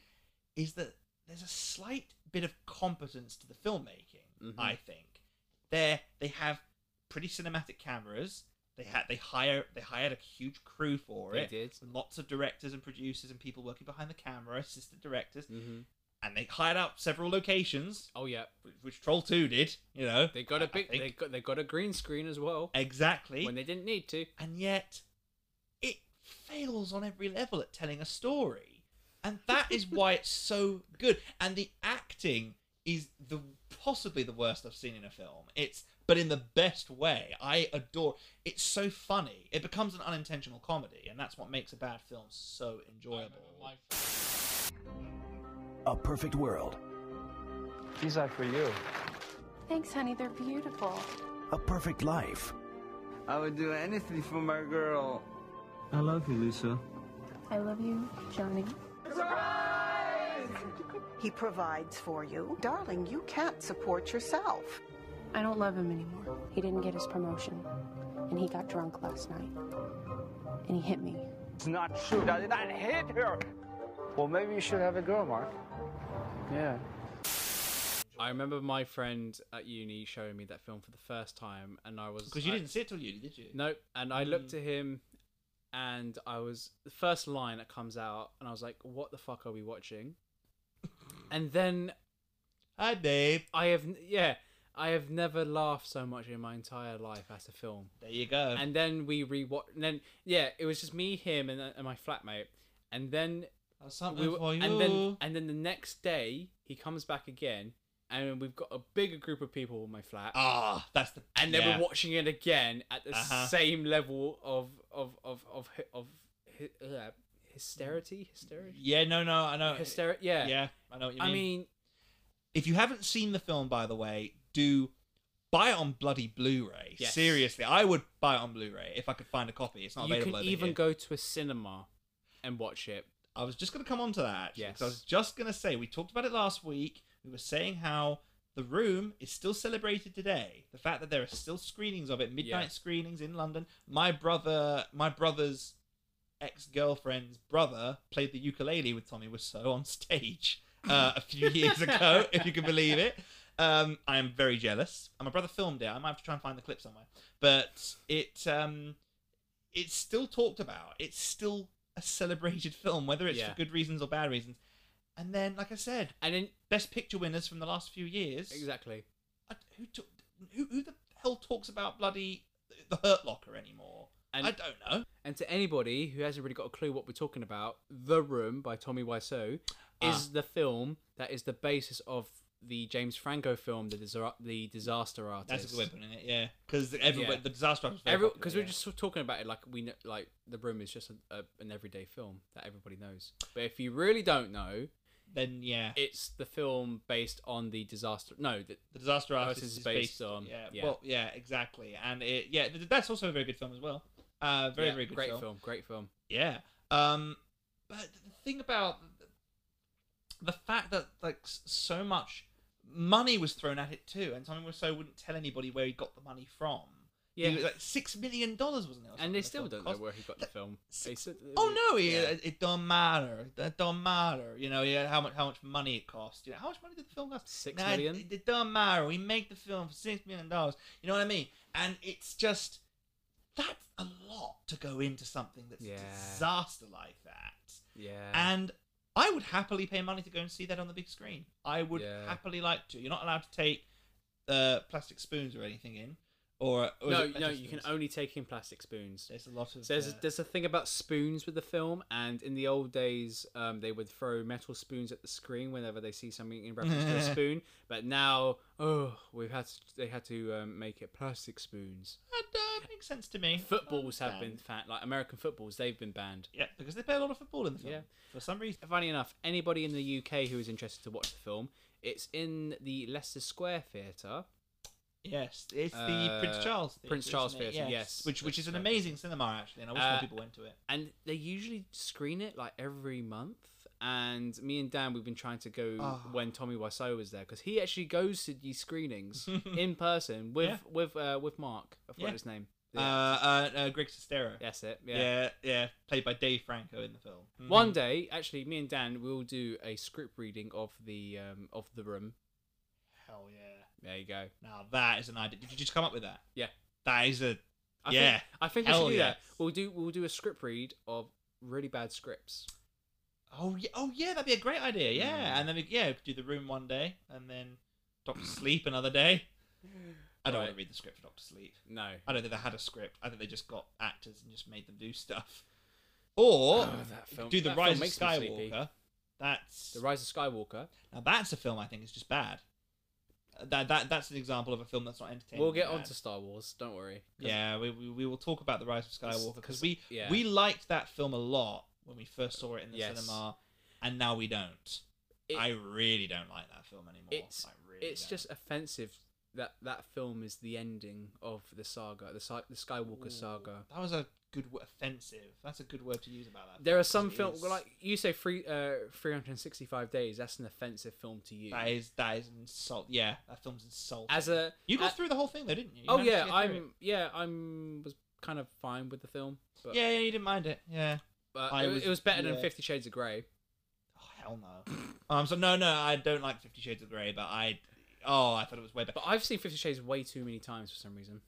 is that there's a slight bit of competence to the filmmaking. Mhm. I think there they have pretty cinematic cameras. They had they hire they hired a huge crew for They it. did. Lots of directors and producers and people working behind the camera, assistant directors, hmm and they hired out several locations, Oh yeah, which- which Troll Two did. You know they got a I- I big. think- They got they got a green screen as well exactly. when they didn't need to. and yet it fails on every level at telling a story and that is why it's so good and the acting is the possibly the worst i've seen in a film it's but in the best way i adore it's so funny it becomes an unintentional comedy and that's what makes a bad film so enjoyable A perfect world. These are for you. Thanks, honey. They're beautiful. A perfect life. I would do anything for my girl. I love you, Lisa. I love you, Johnny. He provides for you. Darling, you can't support yourself. I don't love him anymore. He didn't get his promotion, and he got drunk last night, and he hit me. It's not true. I did not hit her. Well, maybe you should have a girl, Mark. Yeah. I remember my friend at uni showing me that film for the first time, and I was because you I- didn't see it Mm. till you did you Nope. And I looked at him, and I was the first line that comes out, and I was like, "What the fuck are we watching?" and then hi babe I have, n- yeah, I have never laughed so much in my entire life at a film. there you go And then we rewatched, and then yeah, it was just me, him, and, uh, and my flatmate. And then something we were, for you and then and then the next day he comes back again, and we've got a bigger group of people in my flat ah that's the and then yeah. we're watching it again at the Uh-huh. same level of of of of hy- of, hy- uh, hysterity, hysteria, yeah no no i know hysteri- Yeah, yeah i know what you I mean, If you haven't seen the film, by the way, do buy it on bloody Blu-ray. Yes. Seriously, I would buy it on Blu-ray if I could find a copy. It's not you available. can over even here. go to a cinema and watch it. I was just going to come on to that. Actually, Yes. 'cause I was just going to say we talked about it last week. We were saying how the room is still celebrated today. The fact that there are still screenings of it, midnight Yeah. screenings in London. My brother, my brother's ex-girlfriend's brother played the ukulele with Tommy Wiseau on stage uh, a few years ago, if you can believe it. Um, I am very jealous. And my brother filmed it. I might have to try and find the clip somewhere. But it um, it's still talked about. It's still a celebrated film, whether it's Yeah. for good reasons or bad reasons. And then, like I said, And then best picture winners from the last few years. exactly, I, who, took, who who the hell talks about bloody the Hurt Locker anymore? And- I don't know. and to anybody who hasn't really got a clue what we're talking about, The Room by Tommy Wiseau is Ah. the film that is the basis of the James Franco film, The, Disa- the Disaster Artist. That's a good way of putting it. Yeah, because everybody Yeah. the disaster was very popular, because we yeah. we're just sort of talking about it like we know, like the room is just a, a, an everyday film that everybody knows but if you really don't know then yeah. it's the film based on the disaster no the, the disaster artist Artist Oh, is based, on yeah, yeah. well yeah exactly and it yeah th- that's also a very good film as well uh very yeah, very good great film. great film yeah um but the thing about the fact that like s- so much money was thrown at it too and Tommy Wiseau wouldn't tell anybody where he got the money from Yeah. Yeah. He was like six million dollars, wasn't it? or and they still something, don't that's know what where it he got the film. They said, cost. Oh no, Yeah. it, it don't matter. It don't matter. You know, yeah, how much how much money it cost. You know, how much money did the film cost? Six Six million. million? It, it don't matter. We make the film for six million dollars. You know what I mean? And it's just that's a lot to go into something that's Yeah. a disaster like that. yeah. And I would happily pay money to go and see that on the big screen. I would Yeah. happily like to. You're not allowed to take uh, plastic spoons or anything in, or, or is no, it no, metal you can spoons? only take in plastic spoons. There's a lot of. So there's uh, there's a thing about spoons with the film, and in the old days, um, they would throw metal spoons at the screen whenever they see something in reference to a spoon. But now, oh, we've had to, they had to um, make it plastic spoons. that uh, makes sense to me. Footballs I have been understand. fa- like American footballs, they've been banned. Yeah, because they play a lot of football in the film Yeah. for some reason. Funny enough, anybody in the UK who is interested to watch the film, it's in the Leicester Square Theatre. Yes, it's the Prince Uh, Charles. Theatre, Prince Charles isn't it? Theatre, yes. which which That's is an right. amazing cinema actually, and I wish more Uh, people went to it. and they usually screen it like every month. And me and Dan, we've been trying to go Ah. when Tommy Wiseau was there because he actually goes to these screenings in person with Yeah. with uh, with Mark. I forgot Yeah. his name. Uh, Yeah. uh, uh, Greg Sestero. That's it. Yeah. yeah. yeah, played by Dave Franco in the film. Mhm. One day, actually, me and Dan will do a script reading of the um, of the room. Hell yeah! There you go. Now that is an idea. Did you just come up with that? Yeah. That is a I Yeah. Think, I think we Hell should do yeah. that. We'll do we'll do a script read of really bad scripts. oh yeah oh yeah that'd be a great idea Mm. yeah and then we, yeah we could do the room one day and then Doctor Sleep another day. I don't want Right. to read the script for Doctor Sleep. No. I don't think they had a script. I think they just got actors and just made them do stuff. Or Oh, that film- do the that film Rise of makes me sleepy. Skywalker. That's The Rise of Skywalker. now that's a film I think is just bad. Uh, That that that's an example of a film that's not entertaining. We'll get bad. onto Star Wars. Don't worry. 'Cause Yeah, we, we, we will talk about the Rise of Skywalker because we yeah. we liked that film a lot when we first saw it in the Yes. cinema, and now we don't. it- I really don't like that film anymore. it's I really it's don't. just offensive that that film is the ending of the saga, the Sy- the Skywalker saga. that was a good wo- offensive. That's a good word to use about that. There film, are some because it films is- like you say, three uh, three hundred and sixty five days. That's an offensive film to you. that is that is an insult. Yeah, that film's insulting. As a you got a- through the whole thing though, didn't you? You oh managed to yeah, get through I'm it. yeah I'm was kind of fine with the film. But, Yeah, yeah, you didn't mind it. Yeah. but I it, was, was- it was better than yeah. Fifty Shades of Grey. Oh hell no. um. So no, no, I don't like Fifty Shades of Grey, but I. Oh, I thought it was way better. But I've seen Fifty Shades way too many times for some reason.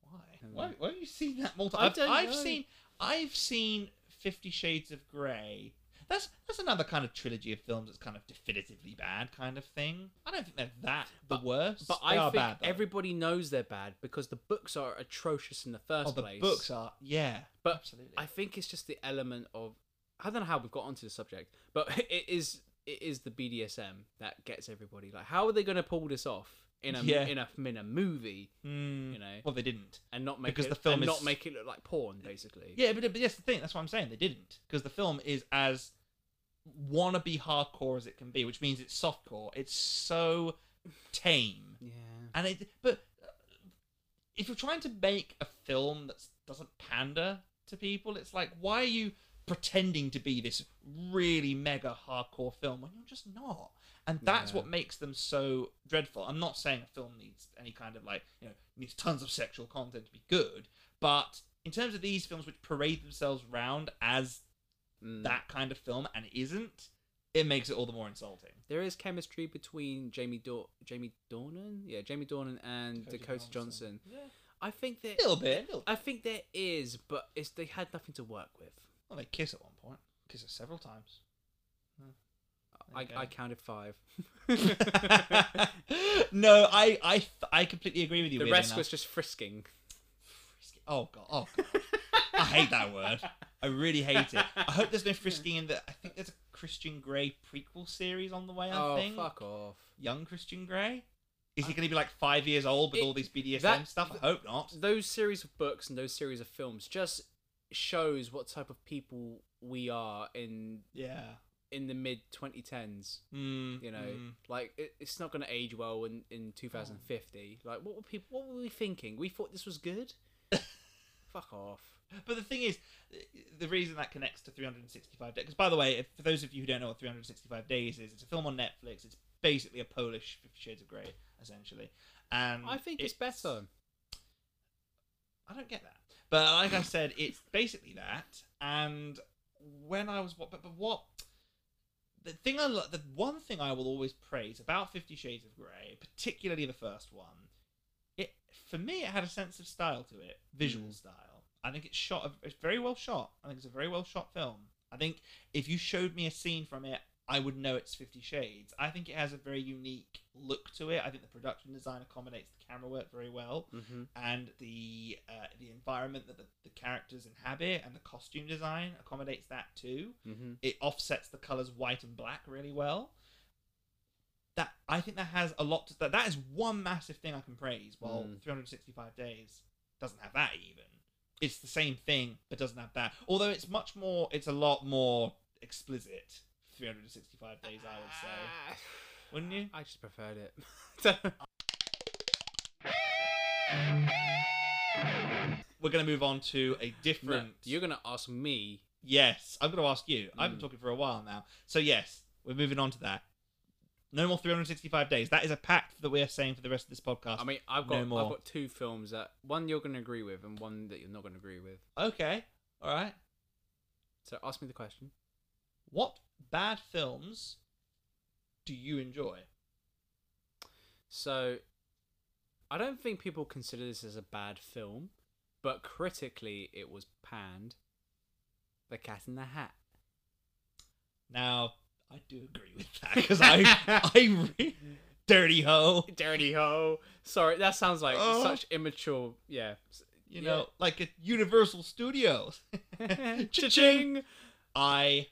Why? don't Why, know. why have you seen that multiple? I I've, don't I've know. seen I've seen Fifty Shades of Grey. That's that's another kind of trilogy of films that's kind of definitively bad kind of thing. I don't think they're that the worst. But I they are think bad, though. everybody knows they're bad because the books are atrocious in the first oh, the place. books are yeah, But absolutely. I think it's just the element of I don't know how we've got onto the subject, but it is it is the BDSM that gets everybody. Like, how are they going to pull this off in a Yeah. in a in a movie Hmm. you know. well they didn't. and not make Because it, the film and is- not make it look like porn, basically? Yeah, but, but that's the thing. That's what I'm saying. They didn't because the film is as wannabe hardcore as it can be, which means it's softcore. It's so tame. yeah. and it but if you're trying to make a film that doesn't pander to people it's like why are you pretending to be this really mega hardcore film when you're just not and that's Yeah. what makes them so dreadful i'm not saying a film needs any kind of like you know needs tons of sexual content to be good but in terms of these films which parade themselves round as Mm. that kind of film and it isn't it makes it all the more insulting there is chemistry between Jamie Dor- Jamie Dornan, yeah, Jamie Dornan and Dakota, Johnson. I think that a little bit a little I think there is, but it's they had nothing to work with. Well, they kiss at one point. Kiss her several times. I, Okay. I counted five. no, I, I, I completely agree with you. the weirdly rest enough. was just frisking. Oh god. Oh. God. I hate that word. I really hate it. I hope there's no frisking in the. I think there's a Christian Grey prequel series on the way. I oh think. fuck off! Young Christian Grey. Is he going to be like five years old with It- all these BDSM that- stuff? I hope not. Those series of books and those series of films just shows what type of people we are in Yeah. in the mid 2010s. Mm, You know, mm. like it, it's not going to age well in in 2050. Mm. Like, what were people? What were we thinking? We thought this was good. fuck off! But the thing is, the reason that connects to 365 days. Because by the way, if, for those of you who don't know what 365 days is, it's a film on Netflix. It's basically a Mm, Polish Fifty Shades of Grey, essentially. And I think it's, better. I don't get that. But like I said, it's basically that. And when I was what, but, but what the thing I lo- the one thing I will always praise about Fifty Shades of Grey, particularly the first one, it for me it had a sense of style to it, visual style. I think it's shot, it's very well shot. I think it's a very well shot film. I think if you showed me a scene from it, I would know it's Fifty Shades. I think it has a very unique look to it. I think the production design accommodates the camera work very well, and the uh, the environment that the, the characters inhabit and the costume design accommodates that too. Mm-hmm. It offsets the colors white and black really well. That I think that has a lot. To, that that is one massive thing I can praise. While Mm. 365 days doesn't have that even. It's the same thing, but doesn't have that. Although it's much more. It's a lot more explicit. 365 days, I would say. Ah. Wouldn't you? I just preferred it. We're gonna move on to a different. No, you're gonna ask me. Yes, I'm going to ask you. I've Hmm. been talking for a while now. So, yes, we're moving on to that. No more 365 days. That is a pact that we are saying for the rest of this podcast. I mean, I've No got more. I've got two films that one you're gonna agree with and one that you're not gonna agree with. Okay, all right. So ask me the question. What bad films do you enjoy? So, I don't think people consider this as a bad film, but critically, it was panned. The Cat in the Hat. Now, I do agree with that because I, I re- dirty hoe. Dirty ho! Sorry, that sounds like Oh. such immature. Yeah, s- You yeah. know, like at Universal Studios. Cha-ching! I,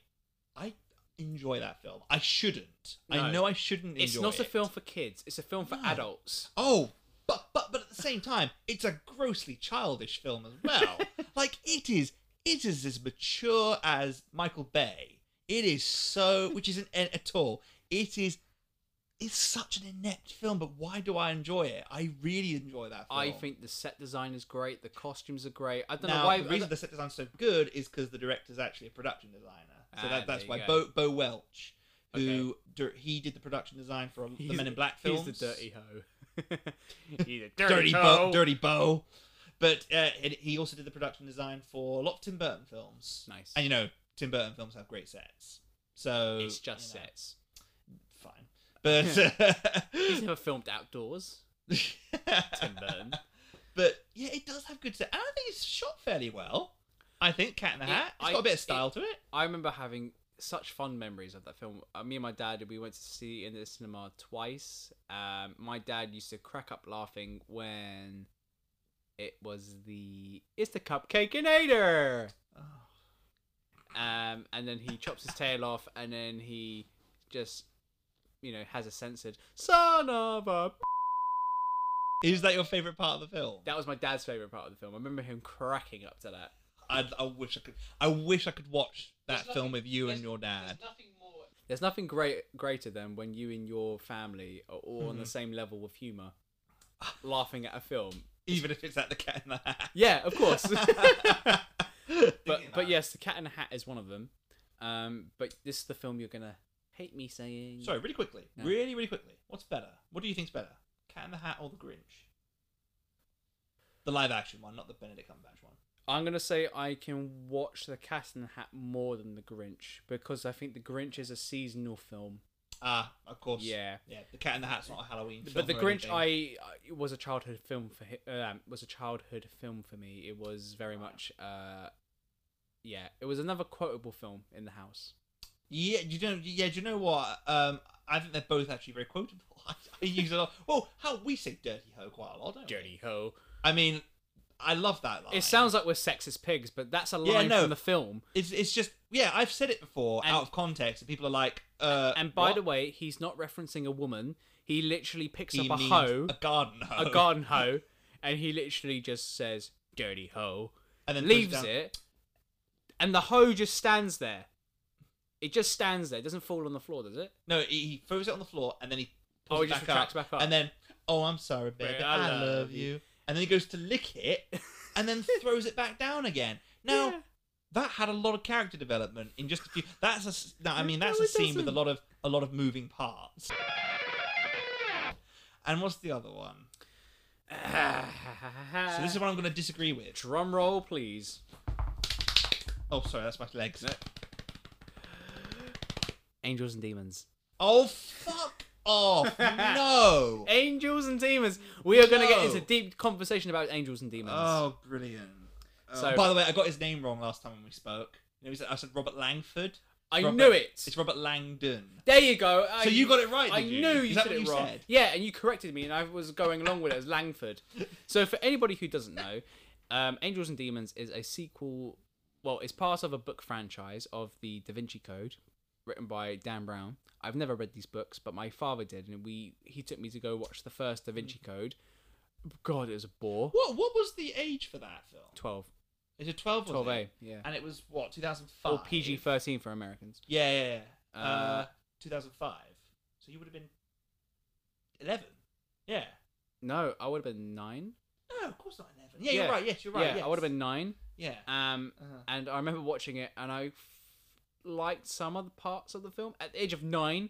I enjoy that film. I shouldn't. I No. know I shouldn't. It's enjoy not a it. film for kids. It's a film for No. adults. Oh, but but but at the same time, it's a grossly childish film as well. like it is, it is as mature as Michael Bay. It is so, which isn't en- at all. It is, it's such an inept film. But why do I enjoy it? I really enjoy that. film. I think the set design is great. The costumes are great. I don't now know why. the reason the set design's so good is because the director's actually a production designer. So Ah, that, that's there why you Bo, go. Bo Welch, who dir- he did the production design for the Men in Black films. He's the dirty hoe. he's a dirty, dirty hoe. bow, dirty bow. But uh, and he also did the production design for a lot of Tim Burton films. Nice. And you know, Tim Burton films have great sets. So It's just you know, sets. Fine. But He's never filmed outdoors. Tim Burton. But yeah, it does have good set. And I think it's shot fairly well. I think Cat in the It- Hat. Uh-huh. It's I- got a bit of style to it. I remember having such fond memories of that film. Uh, me and my dad, we went to see it in the cinema twice. Um, my dad used to crack up laughing when it was the it's the cupcake inator. Oh. Um, and then he chops his tail off, and then he just you know has a censored son of a. Is that your favorite part of the film? That was my dad's favorite part of the film. I remember him cracking up to that. I, I wish I could. I wish I could watch that film with you and your dad. There's nothing great greater than when you and your family are all on the same level with humor, laughing at a film. Even if it's at the Cat in the Hat. Yeah, of course. but Thinking but about yes, the Cat in the Hat is one of them. Um, but this is the film you're gonna hate me saying. Sorry, really quickly. No. Really, really quickly. What's better? What do you think's better? Cat in the Hat or The Grinch? The live action one, not the Benedict Cumberbatch one. I'm gonna say I can watch the Cat in the Hat more than the Grinch because I think the Grinch is a seasonal film. Ah, of course. Yeah. Yeah. The Cat in the Hat's not a Halloween film but the or Grinch, anything. I, I it was a childhood film for hi- um, was a childhood film for me. It was very much, uh, yeah, it was another quotable film in the house. Yeah, you know. Yeah, do you know what? Um, I think they're both actually very quotable. I, I use a lot. Well, how we say "dirty hoe" quite a lot, don't we? Dirty ho! I mean, I love that line. It sounds like we're sexist pigs, but that's a line Yeah, no. from the film. It's it's just yeah. I've said it before And- out of context, and people are like, uh, And by what? the way, he's not referencing a woman. He literally picks He up a means hoe, a garden hoe, a garden hoe, and he literally just says "dirty hoe," and puts leaves down- it, and the hoe just stands there. It just stands there. It doesn't fall on the floor, does it? No, he, he throws it on the floor and then he pulls Oh, it he just back up, retracts back up. and then oh, I'm sorry, baby, Baby, I, love, you. And then he goes to lick it, and then throws it back down again. Now Yeah. that had a lot of character development in just a few. That's a s- no, I mean that's No, a it scene with a doesn't. lot of a lot of moving parts. And what's the other one? So this is what I'm going to disagree with. Drum roll, please. Oh, sorry, that's my legs. Angels and demons. Oh, fuck off! No. Angels and demons. We are going to get No. into deep conversation about angels and demons. Oh, brilliant. Oh, So- by the way, I got his name wrong last time when we spoke. You know, he said- I said Robert Langford. I Robert- knew it. It's Robert Langdon. There you go. I, So you got it right, I did you? knew Is you that said what it you wrong. said? Yeah, and you corrected me, and I was going along with it as Langford. So for anybody who doesn't know, um, Angels and Demons is a sequel. Well, it's part of a book franchise of the Da Vinci Code, written by Dan Brown. I've never read these books, but my father did, and we he took me to go watch the first Da Vinci Code. God, it was a bore. Mm. What What was the age for that film? Twelve. It's a 12 was 12A, it? yeah. And it was what, 2005? Or PG thirteen for Americans. Yeah, yeah, yeah. Uh, Uh, 2005. So you would have been 11. Yeah. No, I would have been nine. No, of course not 11. Yeah, you're right. Yes, you're right. Yeah, yes. I would have been nine. Yeah. Um, Uh-huh. and I remember watching it, and I f- liked some other parts of the film. At the age of nine,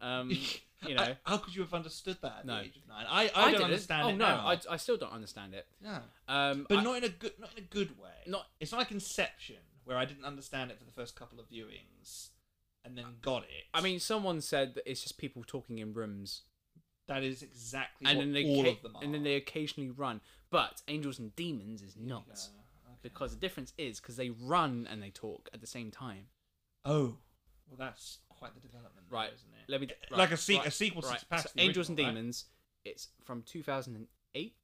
um, you know, I- how could you have understood that at No. the age of nine? I, I, don't didn't. understand Oh it no, now. I, I still don't understand it. No. Um, But I- not in a good not in a good way. Not- it's not like Inception, where I didn't understand it for the first couple of viewings and then got it. I mean, someone said that it's just people talking in rooms, that is exactly and what then they all ca- of them are. and then they occasionally run. But Angels and Demons is not because the difference is because they run and they talk at the same time. Oh, well, that's quite the development, though, Right. isn't it? Eh, Let me right, like a, se- right, a sequel right. to Past So the Angels original, and right? Demons. It's from 2008.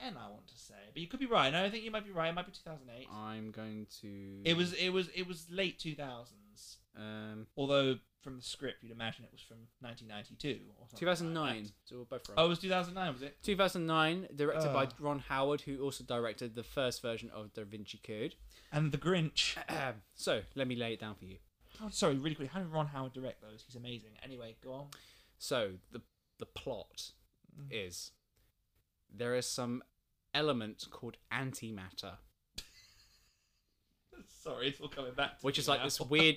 Ten, I want to say, but you could be right. No, I think you might be right. It might be two thousand eight. I'm going to. It was, it was, it was late two thousands. um, Although from the script, you'd imagine it was from nineteen ninety two or something like 2009. that. so we're both wrong. Oh, it was Ah. two thousand nine, was it? 2009, directed by Ugh. Ron Howard, who also directed the first version of Da Vinci Code. And the Grinch. so let me lay it down for you. Oh, sorry, really quick. How did Ron Howard direct those? He's amazing. Anyway, go on. So the the plot Mm. is there is some element called antimatter, Sorry, it's all coming back. To which me is like now. this weird.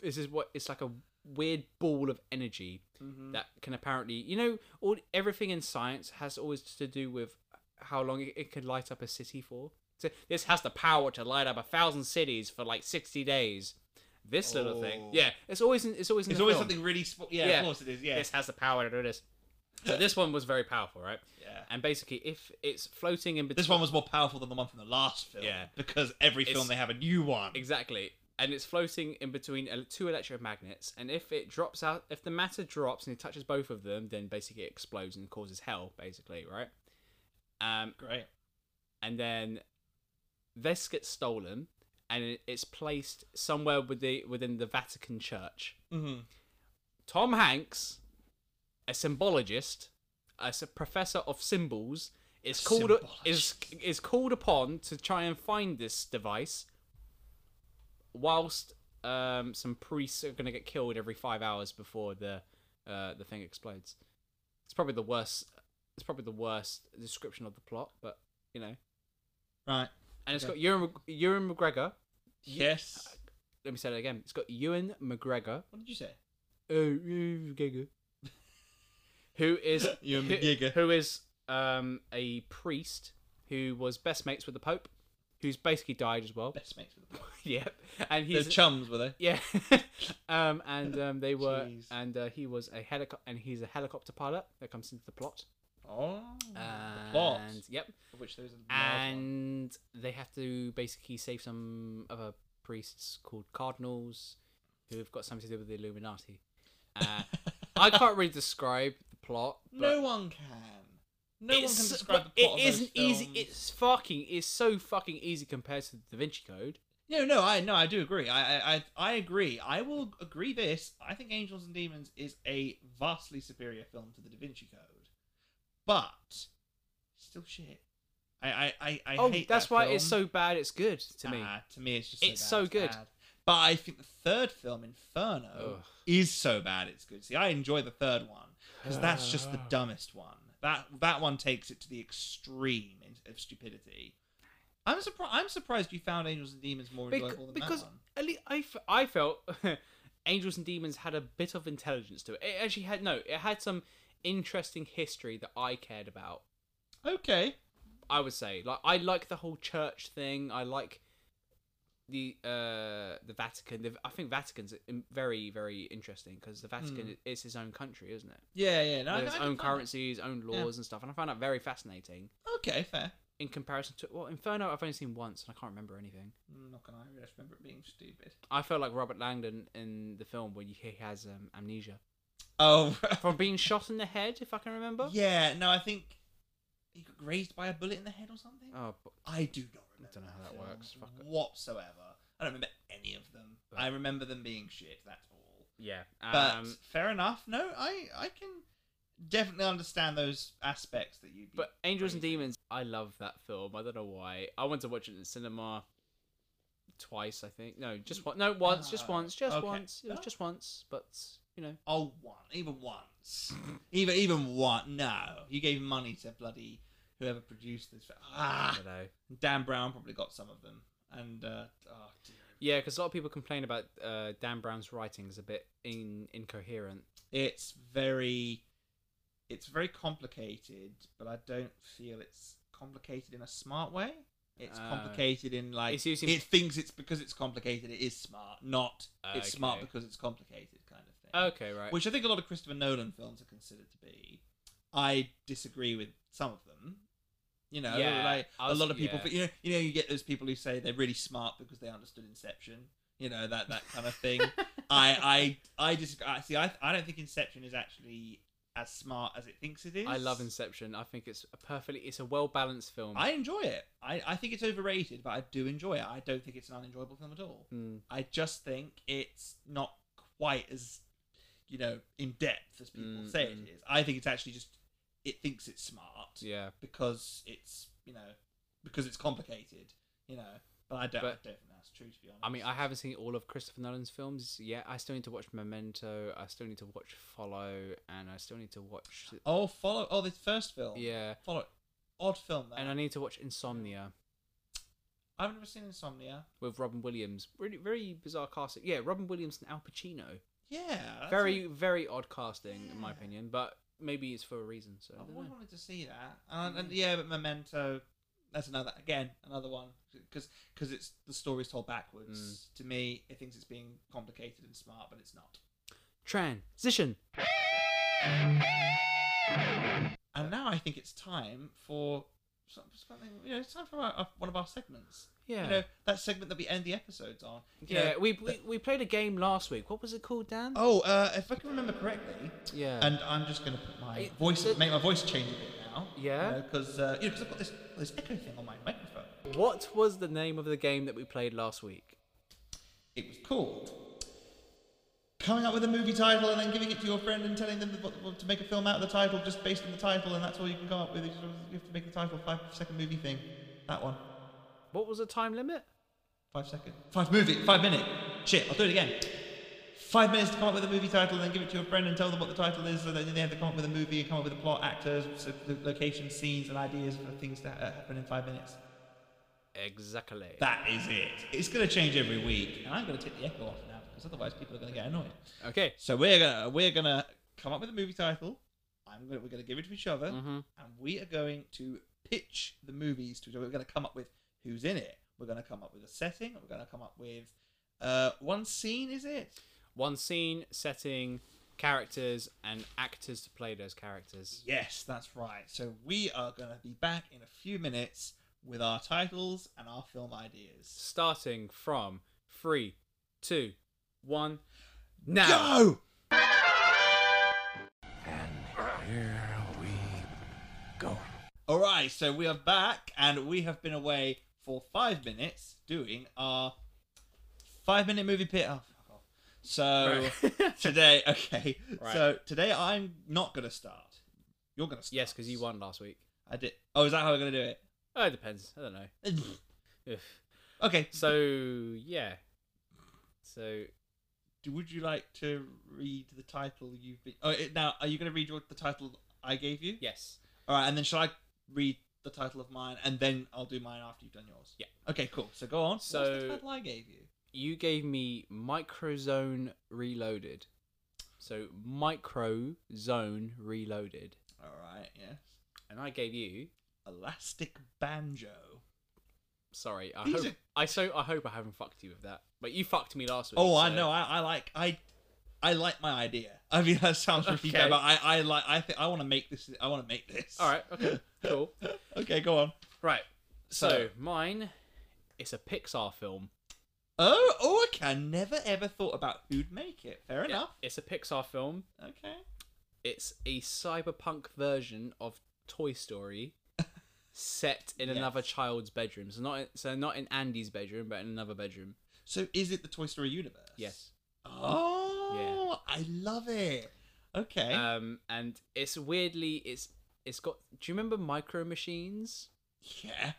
this is what it's like a weird ball of energy Mm-hmm. that can apparently you know all everything in science has always to do with how long it, it could light up a city for. So this has the power to light up a thousand cities for like sixty days. This little thing, Oh. yeah, it's always in, it's always in There's the always film. something really. Spo- yeah, of course it is. Yeah. This has the power to do this. So this one was very powerful, right? Yeah. And basically, if it's floating in between, This one was more powerful than the one from the last film. Yeah. Because every It's- film they have a new one. exactly, and it's floating in between el- two electromagnets. And if it drops out, if the matter drops and it touches both of them, then basically it explodes and causes hell, basically, right? Um, Great. and then this gets stolen and it- it's placed somewhere with the, within the Vatican Church. Mm-hmm. Tom Hanks, a symbologist, a s- professor of symbols, is called is Symbologist. is called upon to try and find this device, whilst um, some priests are going to get killed every five hours before the uh, the thing explodes. It's probably the worst. It's probably the worst description of the plot, but you know, Right. and it's Okay. got Ewan, Mc- Ewan McGregor. uh, Yes. Let me say that again. It's got Ewan McGregor. What did you say? Uh, Oh, Giga. who is Ewan who- McGregor. who is um a priest who was best mates with the Pope, who's basically died as well. Best mates with the boy. yep, and They're he's chums, were they? yeah, um, and um, they were Jeez. and uh, he was a helicopter and he's a helicopter pilot that comes into the plot. Oh. And, the plot. Yep, Of which there is a large one. and they have to basically save some other priests called cardinals who have got something to do with the Illuminati. Uh, I can't really describe the plot. But No one can. No one can it's- describe but the plot It of those isn't easy. films. It's fucking. It's so fucking easy compared to the Da Vinci Code. No, no, I no, I do agree. I, I, I, I agree. I will agree this. I think Angels and Demons is a vastly superior film to The Da Vinci Code, but still shit. I, I, I, I oh, hate that's that why film. it's so bad. It's good to me. Nah, to me, it's just It's so so, bad, good. bad. But I think the third film, Inferno, Ugh. is so bad it's good. See, I enjoy the third one because that's just the dumbest one. That that one takes it to the extreme in- of stupidity. I'm surprised. I'm surprised you found Angels and Demons more Bec- enjoyable than because that one. at least I, f- I felt Angels and Demons had a bit of intelligence to it. It actually had no. It had some. interesting history that I cared about. Okay. I would say like I like the whole church thing. I like the uh the Vatican. The, I think Vatican's in- very very interesting because the Vatican is his own country, isn't it? Yeah, yeah. No, Hmm. I- With I its can own find that. currency, its own laws and stuff, and I found that very fascinating. Okay, fair. In comparison to well, Inferno, I've only seen once and I can't remember anything. I'm not gonna. I just remember it being stupid. I felt like Robert Langdon in the film when he has um, amnesia Oh, from being shot in the head, if I can remember. yeah. No, I think he got grazed by a bullet in the head or something. Oh, but I do not remember. Dunno how that films works, fuck it. Whatsoever. I don't remember any of them. But- I remember them being shit. That's all. yeah. But Um, fair enough. No, I I can definitely understand those aspects that you. But Angels and Demons, I love that film. I don't know why. I went to watch it in the cinema twice, I think. No, just one. No, once, just Ah, once, just okay. once. It was Oh. just once, but you know, Oh, one even once, even even one. No, you gave money to bloody whoever produced this. film. I Ah, don't know. Dan Brown probably got some of them, and uh, oh dear. Yeah, because a lot of people complain about uh, Dan Brown's writing is a bit in- incoherent. it's very it's very complicated but i don't feel it's complicated in a smart way it's Uh, complicated in like it's using- it thinks it's because it's complicated it is smart not it's smart Okay. Oh, because it's complicated kind of thing Okay, right. which i think a lot of christopher nolan films are considered to be i disagree with some of them you know Yeah, like I a was- lot of people yeah. you know you know you get those people who say they're really smart because they understood inception you know that that kind of thing I I I just I see. I I don't think Inception is actually as smart as it thinks it is. I love Inception. I think it's a perfectly, it's a well balanced film. I enjoy it. I, I think it's overrated, but I do enjoy it. I don't think it's an unenjoyable film at all. Mm. I just think it's not quite as you know in depth as people Mm, say mm. it is. I think it's actually just it thinks it's smart Yeah, because it's you know because it's complicated. You know, but I don't. I But- don't think that's true. To be honest, I mean, I haven't seen all of Christopher Nolan's films yet. I still need to watch Memento. I still need to watch Follow, and I still need to watch. oh follow oh this first film Yeah, follow odd film that and I need to watch Insomnia. I've never seen Insomnia. with Robin Williams. Really, very bizarre casting. Yeah, Robin Williams and Al Pacino. Yeah, that's very, a- very odd casting in my Yeah. Oh, opinion, but maybe it's for a reason. So I I've don't always know. Mm-hmm. wanted to see that, and, and yeah, but Memento. That's another again another one because because it's the story's told backwards. Mm. To me, it thinks it's being complicated and smart, but it's not. transition. And now I think it's time for some- something. You know, it's time for our, our- one of our segments. Yeah. you know that segment that we end the episodes on. You Yeah, know, we, the- we we played a game last week. What was it called, Dan? oh, uh, if I can remember correctly, yeah. And I'm just gonna put my It- voice, it- make my voice change a bit now. Yeah? Because you know, 'cause, uh, you know, 'cause I've got this, this echo thing on my microphone. what was the name of the game that we played last week? It was called coming up with a movie title and then giving it to your friend and telling them what, what, to make a film out of the title just based on the title, and that's all you can come up with. You just- you have to make the title five second movie thing. That one, What was the time limit? five second, five movie, five minute. Shit, I'll do it again. Five minutes to come up with a movie title, and then give it to your friend and tell them what the title is, and then they have to come up with a movie and come up with a plot, actors, so- locations, scenes, and ideas for things to ha- happen in five minutes. Exactly. That is it. It's going to change every week, and I'm going to take the echo off now because otherwise people are going to get annoyed. okay. So we're gonna we're gonna come up with a movie title. I'm gonna we're gonna give it to each other, and we are going to pitch the movies to each other. We're gonna come up with who's in it. We're gonna come up with a setting. We're gonna come up with uh, one scene. Is it? One scene, setting, characters, and actors to play those characters. Yes, that's right. So we are gonna be back in a few minutes with our titles and our film ideas. Starting from three, two, one. Now. Go! All right, so we are back, and we have been away for five minutes doing our five-minute movie pit. Oh, fuck off. So today, okay. Right. So today, I'm not gonna start. You're gonna start. Yes, because you won last week. I did. Oh, is that how we're gonna do Oh, it depends. I don't know. it? Ugh. okay. So, So yeah. So would you like to read the title you've been? Oh, it- now are you gonna read your, the title I gave you? yes. All right, and then shall I read the title of mine, and then I'll do mine after you've done yours? Yeah. Okay, cool. So go on. What's So- the title I gave you? You gave me Microzone Reloaded. So micro zone reloaded, All right, yes. and I gave you. Elastic banjo. Sorry, I These hope are- I so I hope I haven't fucked you with that. But you fucked me last week. Oh, I so- know. I, I like I, I like my idea. I mean, that sounds really Okay. bad, but I, I like. I think I want to make this. I want to make this. All right. Okay. Cool. Okay, go on. Right. So, So- mine, it's a Pixar film. Oh, oh, okay. I never ever thought about who'd make it. Fair Yeah, enough. It's a Pixar film. Okay. It's a cyberpunk version of Toy Story, set in Yes. another child's bedroom. So not so not in Andy's bedroom, but in another bedroom. So, is it the Toy Story universe? Yes. Oh, I love it. Okay. Um, and it's weirdly it's it's got. Do you remember Micro Machines? yeah.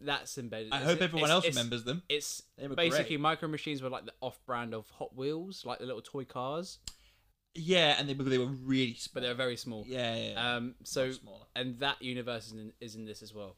That's embedded. I it's- hope everyone it's- else it's- remembers them. It's They were basically great. Micro Machines were like the off-brand of Hot Wheels, like the little toy cars, Yeah, and they because they were really, small. but they're very small. yeah, yeah, yeah. Um, so Much smaller. and that universe is in, is in this as well.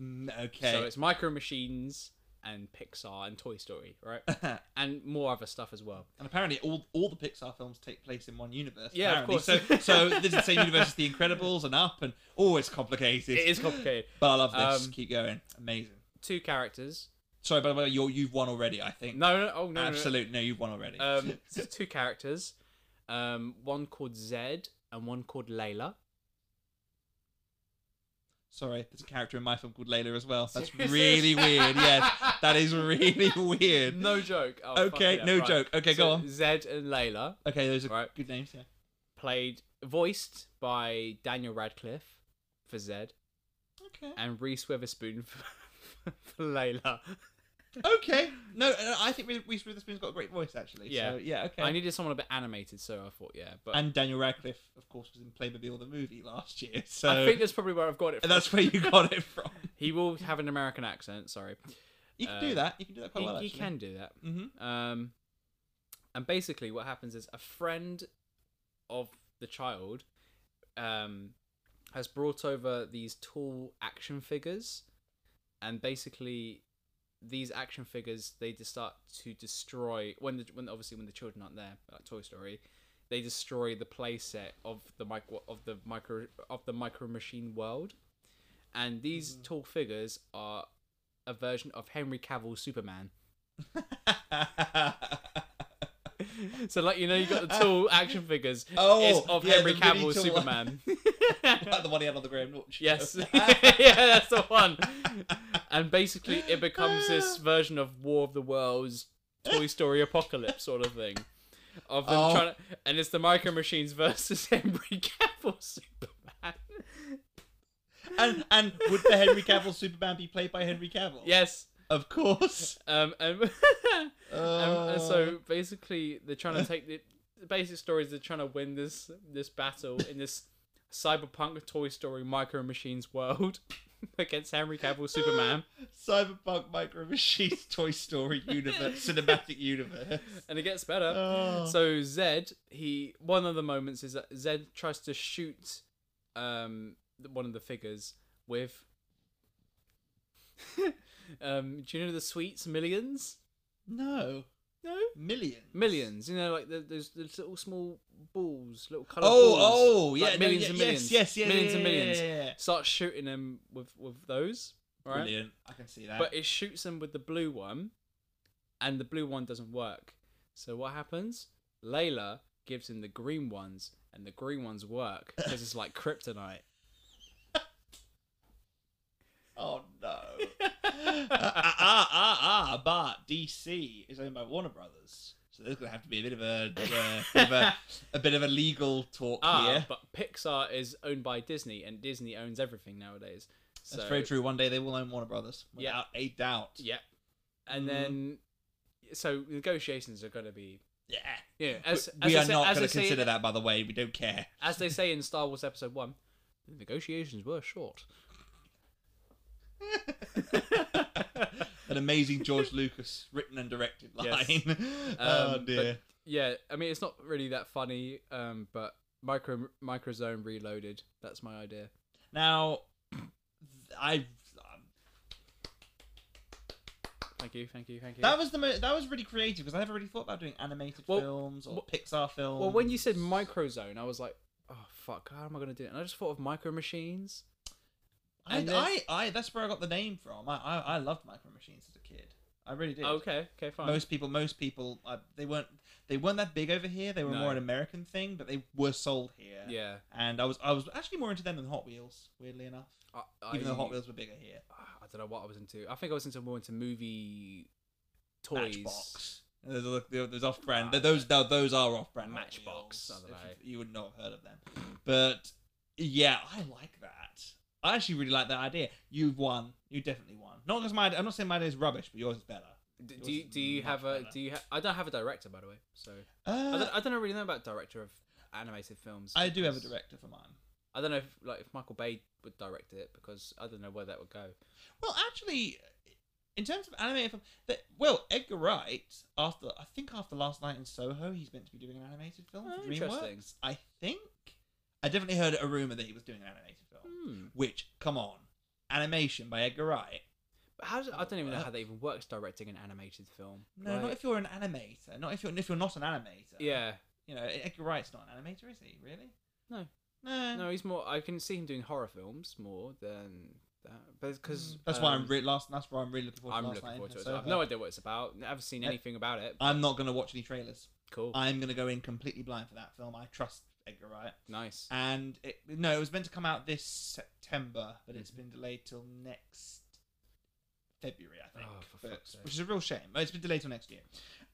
Mm, okay. So it's Micro Machines and Pixar and Toy Story, right? and more other stuff as well. And apparently, all all the Pixar films take place in one universe. Yeah, of apparently. course. So, so this is the same universe as The Incredibles and Up, and oh, it's complicated. It is complicated. but I love this. Um, Keep going. Amazing. Two characters. Sorry, by the way, you're, you've won already. I think. No, no, oh no, no, no. Absolute. No, you've won already. Um, it's two characters. Um, one called Zed and one called Layla. Sorry, there's a character in my film called Layla as well. That's Seriously? really weird. Yes, that is really weird. No joke. Oh, Okay, fucking hell, no right. joke. Okay, go So on. Zed and Layla Okay, those are Right. good names. Yeah. played voiced by Daniel Radcliffe for Zed Okay. and Reese Witherspoon for, for Layla. Okay. No, uh, I think Reese Reese Witherspoon's got a great voice actually. Yeah. So, yeah. Okay. I needed someone a bit animated, so I thought, yeah. But and Daniel Radcliffe, of course, was in Playmobil the movie last year. So I think that's probably where I've got it. From. And that's where you got it from. He will have an American accent. Sorry, You can Uh, do that. You can do that quite he, Oh, well. he actually. can do that. Mhm. Um, and basically, what happens is a friend of the child um, has brought over these tall action figures, and basically, these action figures they just start to destroy when the when obviously when the children aren't there, like Toy Story. They destroy the playset of the micro of the micro of the micro machine world, and these tall figures are a version of Henry Cavill's Superman. Mm-hmm. So like you know you got the tall action figures. Oh, it's of yeah, Henry the really Cavill's tall Superman. like the one he had on the Graham Norton show. yes, yeah, that's the one. And basically, it becomes this Ah. version of War of the Worlds, Toy Story apocalypse sort of thing. Of them Oh. trying to, and it's the Micro Machines versus Henry Cavill Superman. and and would the Henry Cavill Superman be played by Henry Cavill? Yes. of course. Uh, Um, and, Oh. um, and so basically, they're trying to take the, the basic story is they're trying to win this this battle in this cyberpunk Toy Story micro machines world against Henry Cavill Superman, Cyberpunk Micro Machines Toy Story universe cinematic universe. and it gets better. Oh. So Zed, he one of the moments is that Zed tries to shoot um one of the figures with. um, do you know the sweets millions? No. No. Millions. Millions, you know, like the, those, those little small balls, little colour Oh, balls. oh, like yeah, no, millions yeah, and yes, millions, yes, yeah, millions yeah, and yeah, millions. yeah, yeah. Start shooting them with with those, right? Brilliant. I can see that. But it shoots them with the blue one, and the blue one doesn't work. So what happens? Layla gives him the green ones, and the green ones work because it's like kryptonite. Oh no. ah, ah, ah, ah, but DC is owned by Warner Brothers. So there's going to have to be a bit of a, uh, bit of a, a bit of a legal talk Ah, here. but Pixar is owned by Disney, and Disney owns everything nowadays. So, That's very true. One day they will own Warner Brothers, Yeah. without a doubt. Yeah, and Mhm. then so negotiations are going to be Yeah. Yeah, as, we as they are not say, going to as they say- consider that, by the way. We don't care. As they say in Star Wars Episode One, the negotiations were short. An amazing George Lucas written and directed line. Yes. oh Um, dear. but yeah, I mean it's not really that funny, um, but micro microzone reloaded. That's my idea. Now, I Thank you, thank you, thank you. That was the mo- that was really creative because I never really thought about doing animated Well, films or well- Pixar films. well, when you said microzone, I was like, oh fuck, how am I gonna do it? And I just thought of micro machines. I, and then- I, I that's where I got the name from. I, I, I loved Micro Machines as a kid. I really did. Oh, Okay, okay, fine. Most people, most people, uh, they weren't they weren't that big over here. They were No. more an American thing, but they were sold here. Yeah. And I was I was actually more into them than Hot Wheels, weirdly enough. I, I, Even though Hot Wheels were bigger here. I don't know what I was into. I think I was into more into movie toys. Matchbox. There's, a- there's off-brand. Those tho- those are off-brand Matchbox, Hot Wheels, I don't know. if You you would not have heard of them. But yeah, I like that. I actually really like that idea. You've won. You definitely won. Not because my I'm not saying my idea is rubbish, but yours is better. D- Yours do you is do you much have a better. do you ha- I don't have a director by the way, so I, Uh, don't, I don't really know about director of animated films. I do have a because- director for mine. I don't know if like if Michael Bay would direct it because I don't know where that would go. Well, actually, in terms of animated film, that well, Edgar Wright after I think after Last Night in Soho, he's meant to be doing an animated film Oh, for interesting. DreamWorks. I think. I definitely heard a rumor that he was doing an animated film. Hmm. Which, come on, animation by Edgar Wright. But how does, I don't even know Work. how that even works directing an animated film. Uh, No, Like- not if you're an animator. Not if you're if you're not an animator. yeah. You know, Edgar Wright's not an animator, is he? Really? No. No. No, he's more. I can see him doing horror films more than that, but because Mm, That's why I'm re- last. That's why I'm really looking forward to um, I'm last looking night. forward to it. in as well. I have Soho. no idea what it's about. I haven't seen Uh, anything about it. I'm not going to watch any trailers. Cool. I'm going to go in completely blind for that film. I trust Edgar Wright. nice. And it, no, it was meant to come out this September, but Mm-hmm. it's been delayed till next February, I think. Oh, for But- fuck's sake. which is a real shame. It's been delayed till next year.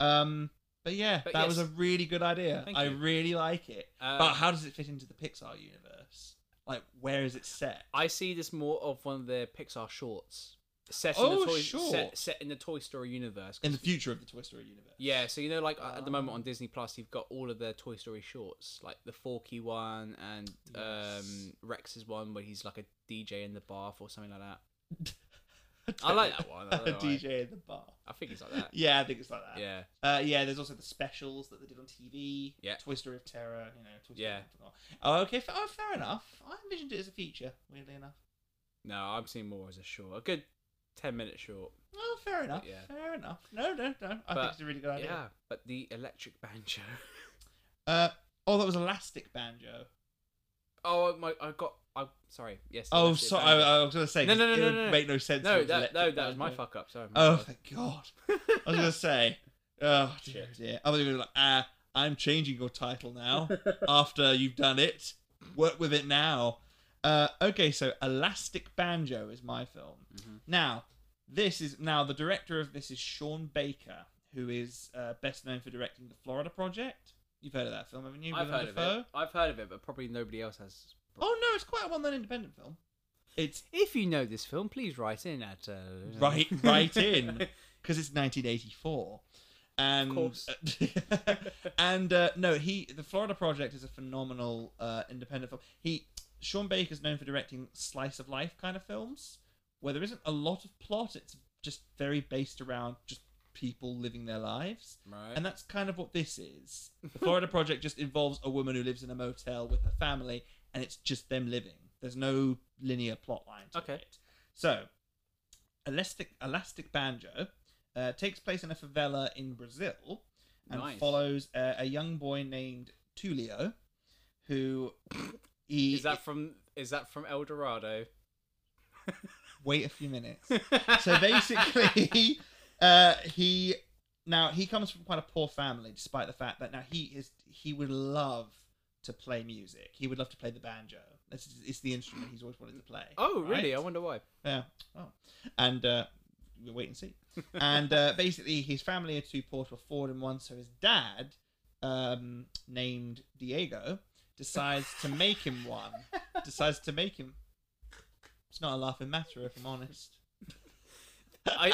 Um, but yeah, But that yes. was a really good idea. Thank I you. really like it. Um, but how does it fit into the Pixar universe? Like, where is it set? I see this more of one of their Pixar shorts set in Oh, the toy, set, short. set in the Toy Story universe. In the future of the Toy Story universe. yeah, so you know, like uh, at the Um. moment on Disney Plus, you've got all of their Toy Story shorts, like the Forky one and um, Yes. Rex's one, where he's like a DJ in the bath or something like that. don't I like know. that one, I don't know why. DJ in the bar. I think it's like that. Yeah, I think it's like that. yeah, Uh, yeah, there's also the specials that they did on TV. Yeah. Toy Story of Terror, you know. Toy Story Yeah. of- Oh, okay. Fair, oh, fair enough. I envisioned it as a feature, weirdly enough. no, I'm seeing more as a short, a good ten minute short. Oh, fair enough. Yeah. Fair enough. No, no, no. I think But, it's a really good idea. Yeah, but the electric banjo. Uh, oh, that was Elastic Banjo. oh my! I got. I sorry. Yes. the Oh, electric sorry. banjo. I, I was going to say. No, no, no, it no, would no, no. make no sense. if No, it that no, Electric that was my Banjo. fuck up. Sorry. my Oh, bad. thank God. I was going to say. Oh, dear, dear. I was going to be like, ah, I'm changing your title now after you've done it. Work with it now. Uh, okay, so Elastic Banjo is my film. Mm-hmm. Now, this is now the director of this is Sean Baker, who is uh, best known for directing the Florida Project. You've heard of that film, haven't you? I've Willem heard of Dafoe? it. I've heard of it, but probably nobody else has. Oh no, it's quite a well-known independent film. It's If you know this film, please write in at uh, right right in because it's 1984 and Of course. and uh, no he the florida project is a phenomenal uh, independent film he sean baker's known for directing slice of life kind of films where there isn't a lot of plot it's just very based around just people living their lives Right. and that's kind of what this is the florida project just involves a woman who lives in a motel with her family and it's just them living there's no linear plot line to Okay. it so Elastic Elastic Banjo uh, takes place in a favela in Brazil and Nice. follows a, a young boy named Tulio, who he Is that from? Is that from El Dorado? wait a few minutes. so basically, uh, he now he comes from quite a poor family, despite the fact that now he is he would love to play music. He would love to play the banjo. It's, it's the instrument he's always wanted to play. Oh, really? right? I wonder why. Yeah. Oh. And uh, we'll wait and see. and uh, basically, his family are too poor to afford him one, so his dad, um, named Diego, decides to make him one. Decides to make him. It's not a laughing matter, if I'm honest. I,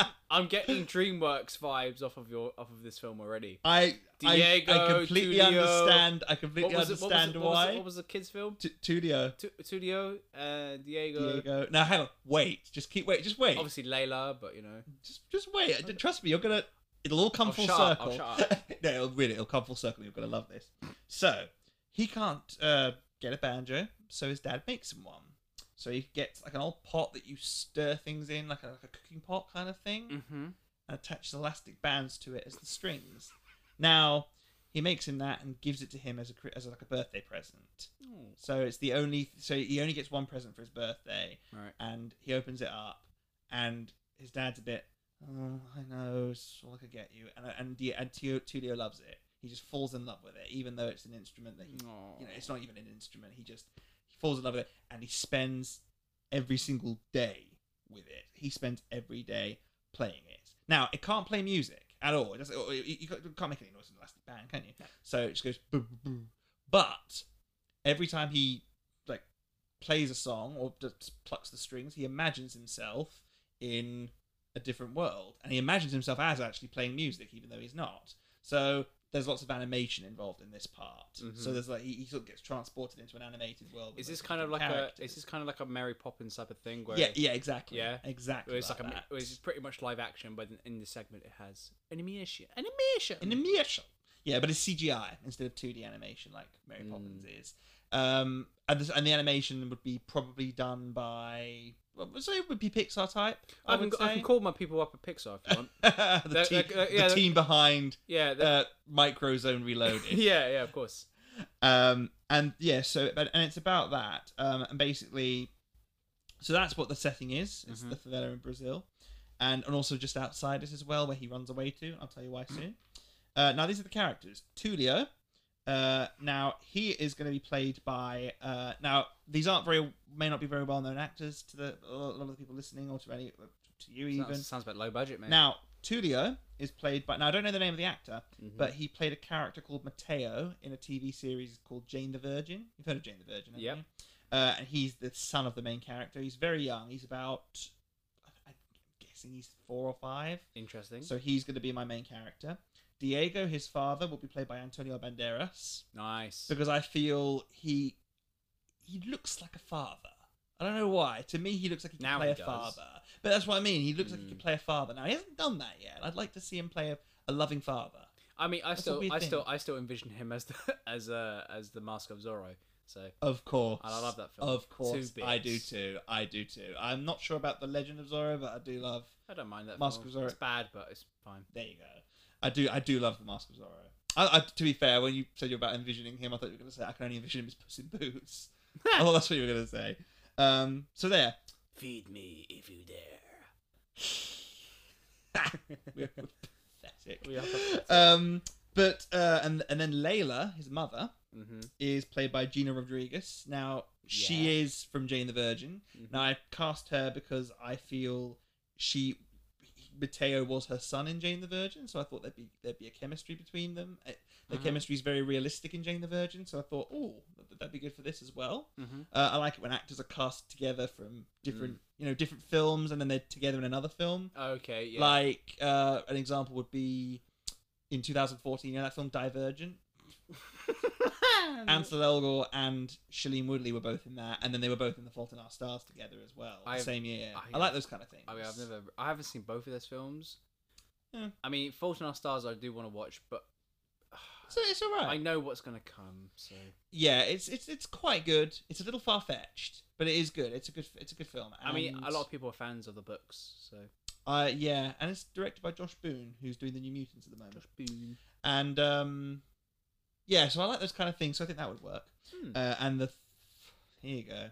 I, I'm getting DreamWorks vibes off of your off of this film already. I I- I, Diego, completely Tulio. understand. I What completely was, it, what, was understand it, what, was why. it, what was the kids' film? Tu- Tulio, Tu- Studio, uh, Diego, Diego. Now hang on. Wait. Just keep wait. Just wait. obviously Layla, but you know, just just wait. Uh, Trust me, you're gonna. It'll all come I'll full shut up, I'll circle. shut no, it'll, really, it'll come full circle. You're gonna love this. So he can't uh, get a banjo, so his dad makes him one. So he gets like an old pot that you stir things in, like a, like a cooking pot kind of thing, Mm-hmm. and attaches elastic bands to it as the strings. Now he makes him that and gives it to him as a cri- as like a birthday present. So it's the only so he only gets one present for his birthday, Right. and he opens it up, and his dad's a bit, oh, I know, it's all I could get you, and and Di- and Tio- Tullio loves it. He just falls in love with it, even though it's an instrument that he, Aw. you know, it's not even an instrument. He just he falls in love with it, and he spends every single day with it. He spends every day playing it. Now it can't play music at all. It doesn't, or you you can't you can't make any noise in the elastic band, can you? So it just goes. Boo, boo, boo. But every time he like plays a song or just plucks the strings, he imagines himself in a different world, and he imagines himself as actually playing music, even though he's not. So there's lots of animation involved in this part. So there's like he, he sort of gets transported into an animated world. with Mm-hmm. Is lots this kind of like different a? Is characters. this kind of like a Mary Poppins type of thing? Where yeah, yeah, exactly, Yeah, exactly. Where it's like, like a, that. where it's pretty much live action, but in, in the segment it has animation, animation, Animation. Yeah, but it's CGI instead of 2D animation like Mary Hmm. Poppins is. Um, and, this, and the animation would be probably done by, well, so it would be Pixar type. I, I can, would I say. can call my people up at Pixar if you want. the, They're- team, they're- yeah, the they're- team behind Yeah, the- uh, Microzone Reloaded. yeah, yeah. Of course. um and yeah so but and it's about that um and basically so that's what the setting is it's the favela in brazil and and also just outside it as well where he runs away to i'll tell you why soon uh now these are the characters tulio uh now he is going to be played by uh now these aren't very may not be very well known actors to the a lot of the people listening or to any to you even Sounds, sounds about low budget, man. now, Tullio is played by now I don't know the name of the actor, Mm-hmm. but he played a character called Matteo in a TV series called Jane the Virgin. You've heard of Jane the Virgin, haven't Yep. you? Uh, and he's the son of the main character. He's very young. He's about, I'm guessing he's four or five. interesting. So he's going to be my main character. Diego, his father, will be played by Antonio Banderas nice. because I feel he he looks like a father. I don't know why. To me, he looks like he can Now play he a does. Hmm. father. But that's what I mean. He looks like he can play a father. Now he hasn't done that yet. I'd like to see him play a, a loving father. I mean, I That's a still, weird I still, thing. I still envision him as the as uh as the Mask of Zorro. So Of course, I love that film. Of course, Two I do bits. too. I do too. I'm not sure about the Legend of Zorro, but I do love. I don't mind that. Mask film. of Zorro. It's bad, but it's fine. There you go. I do. I do love the Mask of Zorro. I, I, to be fair, when you said you were about envisioning him, I thought you were going to say I can only envision him as Puss in Boots. I thought that's what you were going to say. Um, so there, Feed me if you dare. we're, we're pathetic. We are Um, but uh, and and then Layla, his mother, Mm-hmm. is played by Gina Rodriguez. Now she is from Jane the Virgin. Now I cast her because I feel she Mateo was her son in Jane the Virgin, so I thought there'd be there'd be a chemistry between them. Uh, The chemistry is very realistic in Jane the Virgin, so I thought, oh, that'd, that'd be good for this as well. Uh, I like it when actors are cast together from different, you know, different films, and then they're together in another film. Okay. Yeah. Like uh, an example would be in 2014, you know that film Divergent. Ansel Elgort and Shailene Woodley were both in that, and then they were both in The Fault in Our Stars together as well, the I've- same year. I, I- like those kind of things. I mean, I've never, I haven't seen both of those films. Yeah. I mean, Fault in Our Stars, I do want to watch, but So it's all right. I know what's gonna come. So Yeah, it's it's it's quite good. It's a little far fetched, but it is good. It's a good it's a good film. I mean, And, a lot of people are fans of the books. So Uh, yeah, and it's directed by Josh Boone, who's doing the New Mutants at the moment. Josh Boone. and um yeah so i like those kind of things so i think that would work uh, and the th- here you go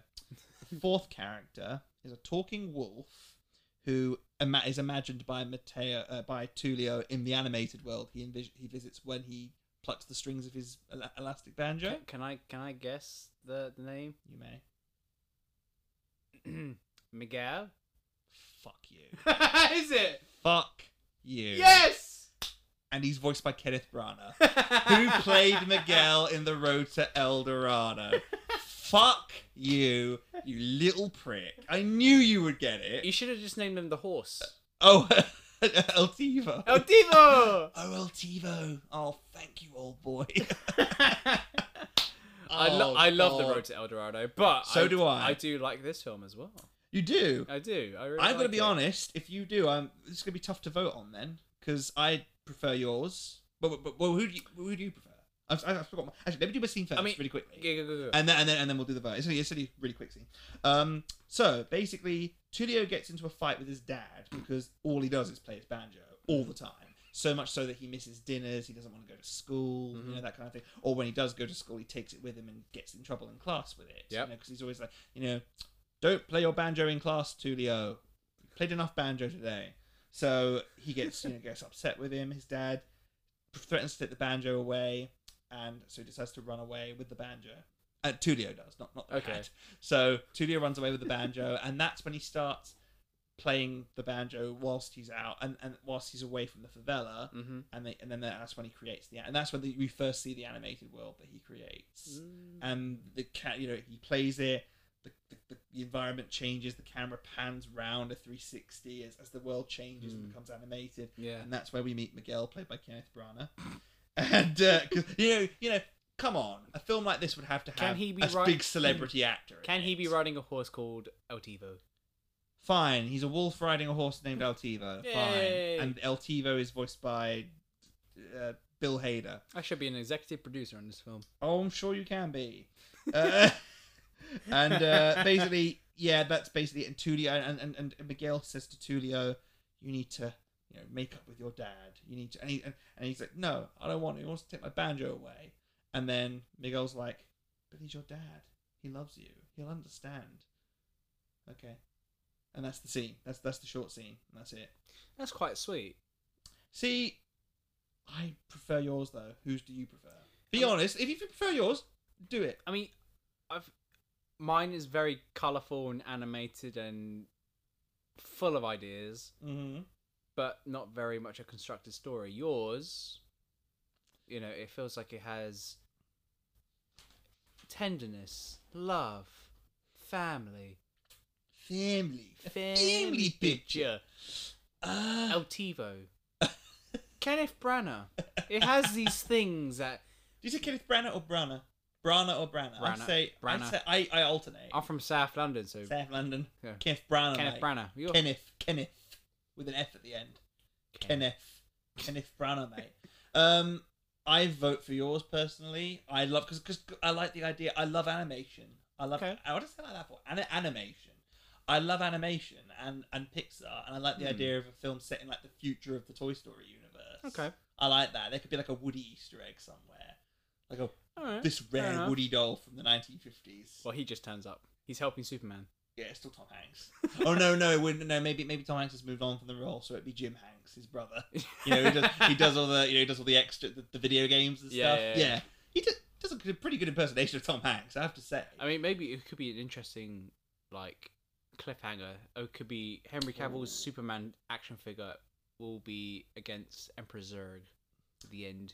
The fourth character is a talking wolf who ima- is imagined by Matteo uh, by Tullio in the animated world he envis- he visits when he plucks the strings of his el- elastic banjo Can, can I can I guess the the name? you may Miguel. fuck you Is it? fuck you Yes. and he's voiced by Kenneth Branagh who played Miguel in The Road to El Dorado. Fuck you, you little prick. I knew you would get You it. should have just named him the horse. Oh, El Tivo. El Divo. oh, El Tivo. Oh, thank you, old boy. I, lo- Oh, I love the God. Road to El Dorado, but So do I. I do like this film as well. You do. I do. I really I'm gonna like be it. honest. If you do, I'm. It's gonna be tough to vote on then, because I prefer yours. But, but, but who do you who do you prefer? I, I, I forgot. My, actually, let me do my scene first, I mean, really quickly. yeah, go, go, go. And then, and then and then we'll do the vote. It's only, it's only a really quick scene. Um, so basically, Tulio gets into a fight with his dad because all he does is play his banjo all the time. So much so that he misses dinners. He doesn't want to go to school, Mm-hmm. you know that kind of thing. Or when he does go to school, he takes it with him and gets in trouble in class with it. Yep. you know, because he's always like, you know, don't play your banjo in class, Tulio. You played enough banjo today. So he gets you know gets upset with him. His dad threatens to take the banjo away, and so he decides to run away with the banjo. Uh, Tulio does, not not the Okay. cat. So Tulio runs away with the banjo, and that's when he starts playing the banjo whilst he's out and, and whilst he's away from the favela, Mhm. and they, and then that's when he creates the and that's when the, we first see the animated world that he Mm. creates, and the cat you know he plays it. The, the, the environment changes. The camera pans round a 360 as, as the world changes and becomes animated. Mm. Yeah. and that's where we meet Miguel, played by Kenneth Branagh. and uh, 'cause, you know, you know, come on, a film like this would have to have Can he be a ri- big celebrity actor. in Can he be it. riding a horse called El Tivo? Fine, he's a wolf riding a horse named Altivo. Yay. Fine, and Altivo is voiced by uh, Bill Hader. I should be an executive producer on this film. Oh, I'm sure you can be. Uh, and uh, basically, yeah, that's basically it. And Tulio and, and, and Miguel says to Tulio, "You need to, you know, make up with your dad. You need to." And, he, and, and he's like, "No, I don't want to. He wants to take my banjo away." And then Miguel's like, "But he's your dad. He loves you. He'll understand." Okay, and that's the scene. That's that's the short scene. And that's it. That's quite sweet. See, I prefer yours though. Whose do you prefer? Be honest. If you prefer yours, do it. I mean, I've mine is very colourful and animated and full of ideas, Mm-hmm. but not very much a constructed story. Yours, you know, it feels like it has tenderness, love, family, Family. A family picture. picture, Ah. El Tivo, Kenneth Branagh. It has these things that Do you say Kenneth Branagh or Branagh? Branagh or Branagh? Branagh. I say Branagh. I say I, I alternate. I'm from South London, so South London. Yeah. Kenneth Branagh. Kenneth mate. Branagh. You're- Kenneth. Kenneth. With an F at the end. Ken- Kenneth. Kenneth Branagh, mate. Um, I vote for yours personally. I love because because I like the idea. I love animation. I love. Okay. I want to say like that for An- animation. I love animation and and Pixar, and I like the Hmm. idea of a film set in like the future of the Toy Story universe. Okay. I like that. There could be like a Woody Easter egg somewhere, like a All right, this fair rare enough. Woody doll from the 1950s. Well, he just turns up. He's helping Superman. Yeah, it's still Tom Hanks. oh no, no, it wouldn't- no, maybe maybe Tom Hanks has moved on from the role, so it'd be Jim Hanks, his brother. You know, he does, he does all the you know he does all the extra the, the video games and Yeah, stuff. yeah, Yeah, yeah. he does, does a good- pretty good impersonation of Tom Hanks, I have to say. I mean, maybe it could be an interesting like cliffhanger. Or it could be Henry Cavill's Superman action figure will be against Emperor Zurg at the end.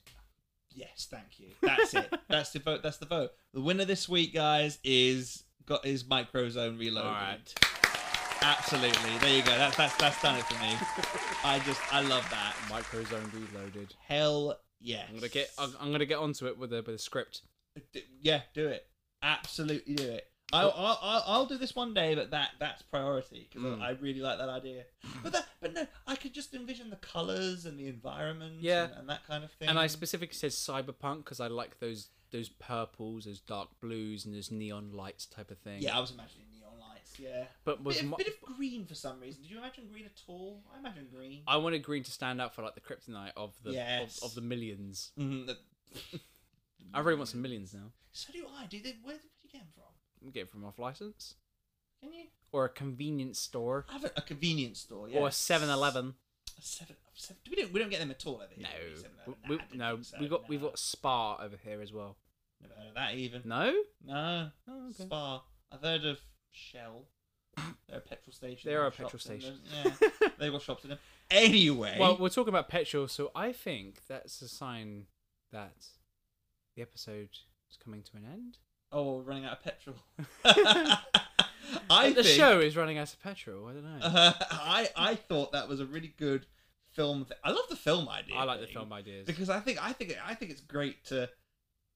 yes, thank you. That's it. That's the vote. That's the vote. The winner this week, guys, is got is Microzone Reloaded. All right. Absolutely. There you go. That's that's that's done it for me. I just I love that. Microzone reloaded. Hell yes. I'm gonna get. I'm, I'm gonna get onto it with a with a script. D- yeah, do it. Absolutely do it. I'll, I'll, I'll, I'll do this one day, but that that's priority because Mm. I really like that idea. But that, but no, I could just envision the colors and the environment, Yeah. and, and that kind of thing. And I specifically said cyberpunk because I like those those purples, those dark blues, and those neon lights type of thing. yeah, I was imagining neon lights. Yeah, But was bit, of- my- bit of green for some reason. Did you imagine green at all? I imagine green. I wanted green to stand out for like the kryptonite of the Yes. of, of the millions. Mm, that- I really want some millions now. so do I. Do they? Where did you get them from? Get it from off license Can you? or a convenience store. I have a, a convenience store. Yes. or a 7-Eleven. A Seven. seven we don't. We don't get them at all over here. No, do we? 7-Eleven? we, Nah, I don't no, think so, we've got we've nah. got Spa over here as well. Never heard of that even. No, No. Oh, okay. Spa. I've heard of Shell. They're a petrol station. They are They've a got petrol shops in them. station. Yeah, they've got shops in them. Anyway. well we're talking about petrol, so I think that's a sign that the episode is coming to an end. oh, we're running out of petrol. I And the think- show is running out of petrol. I don't know. Uh, I I thought that was a really good film. Th- I love the film idea. I like the thing, film ideas. because I think I think I think it's great to.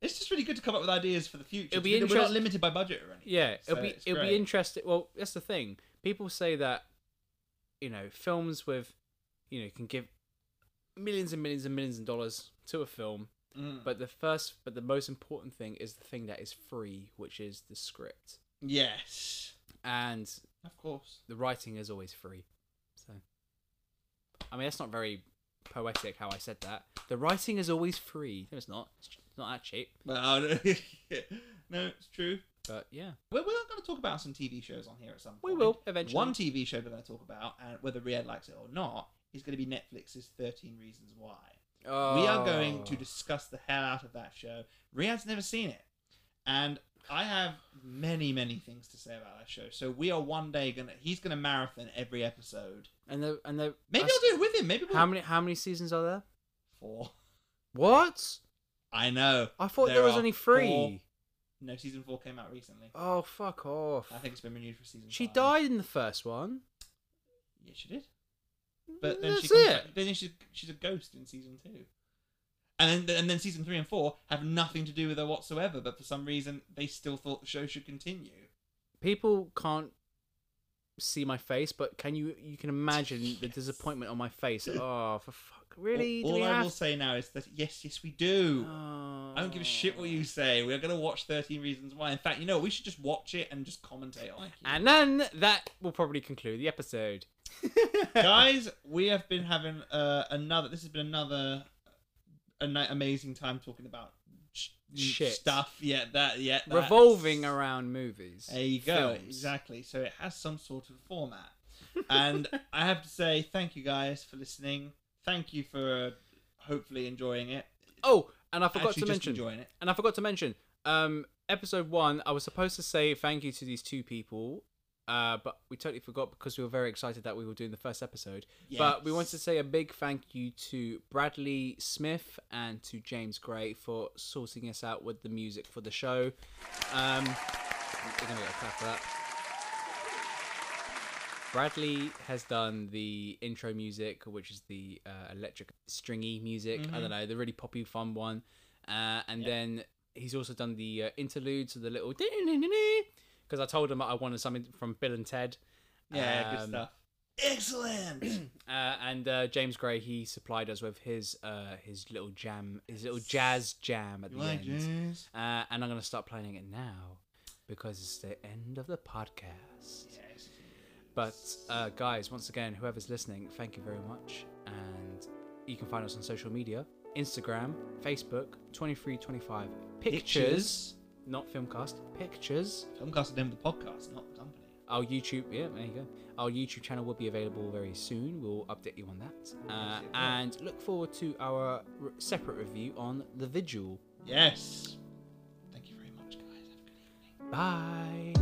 It's just really good to come up with ideas for the future. It'll be We're not- We're not interest- limited by budget or anything. yeah, it'll so be it's it'll be great. interesting. Well, that's the thing. People say that you know films with you know can give millions and millions and millions of dollars to a film Mm. But the first, but the most important thing is the thing that is free, which is the script. Yes. And Of course. the writing is always free. So, I mean, that's not very poetic how I said that. The writing is always free. No, it's not. It's ch- it's not that cheap. Well, no, it's true. But yeah, We're, we're going to talk about some TV shows on here at some We point. will, eventually. One TV show we're going to talk about, and whether Riyadh likes it or not, is going to be Netflix's 13 Reasons Why. We are going Oh. to discuss the hell out of that show. Riyadh's never seen it. And I have many, many things to say about that show. So we are one day going to, he's going to marathon every episode. And the and the Maybe I'll do it with him. Maybe we'll How many how many seasons are there? four. What? I know. I thought there, was are only four- three. No, season four came out recently. Oh fuck off! I think it's been renewed for season. she five. died in the first one. Yeah, she did. But then she That's comes it. back- then she's she's a ghost in season two, and then and then season three and four have nothing to do with her whatsoever. But for some reason, they still thought the show should continue. People can't see my face, but can you? You can imagine the disappointment on my face. Oh, for fuck! Really? Do All, all we I have- will say now is that yes, yes, we do. Oh. I don't give a shit what you say. We're gonna watch Thirteen Reasons Why. In fact, you know what? we should just watch it and just commentate on it. And then that will probably conclude the episode. guys we have been having uh, another this has been another uh, an amazing time talking about sh- Shit. stuff yeah that yeah that. Revolving around movies. there you go films. exactly so it has some sort of format and i have to say thank you guys for listening thank you for uh, hopefully enjoying it Oh, and I forgot Actually to just mention. enjoying it. And I forgot to mention. Um, episode one, I was supposed to say thank you to these two people, uh, but we totally forgot because we were very excited that we were doing the first episode. But we Yes. wanted to say a big thank you to Bradley Smith and to James Gray for sorting us out with the music for the show. Um, we're gonna get a clap for that. Bradley has done the intro music, which is the uh, electric stringy music. I Mm-hmm. don't know, the really poppy, fun one. Uh, and then he's also done the uh, interludes, so the little because I told him I wanted something from Bill and Ted. yeah good Um, stuff excellent Uh, and uh, James Gray he supplied us with his uh, his little jam, his little jazz jam at You the like end. jazz? Uh, and I'm gonna start playing it now because it's the end of the podcast. But uh, guys, once again, whoever's listening, thank you very much. And you can find us on social media: Instagram, Facebook, 2325 Pictures, Pictures. not Filmcast Pictures. filmcast is the name of the podcast not the company Our YouTube, yeah, there you go. Our YouTube channel will be available very soon. We'll update you on that. Uh, and look forward to our r- separate review on The Vigil. yes thank you very much guys have a good evening Bye.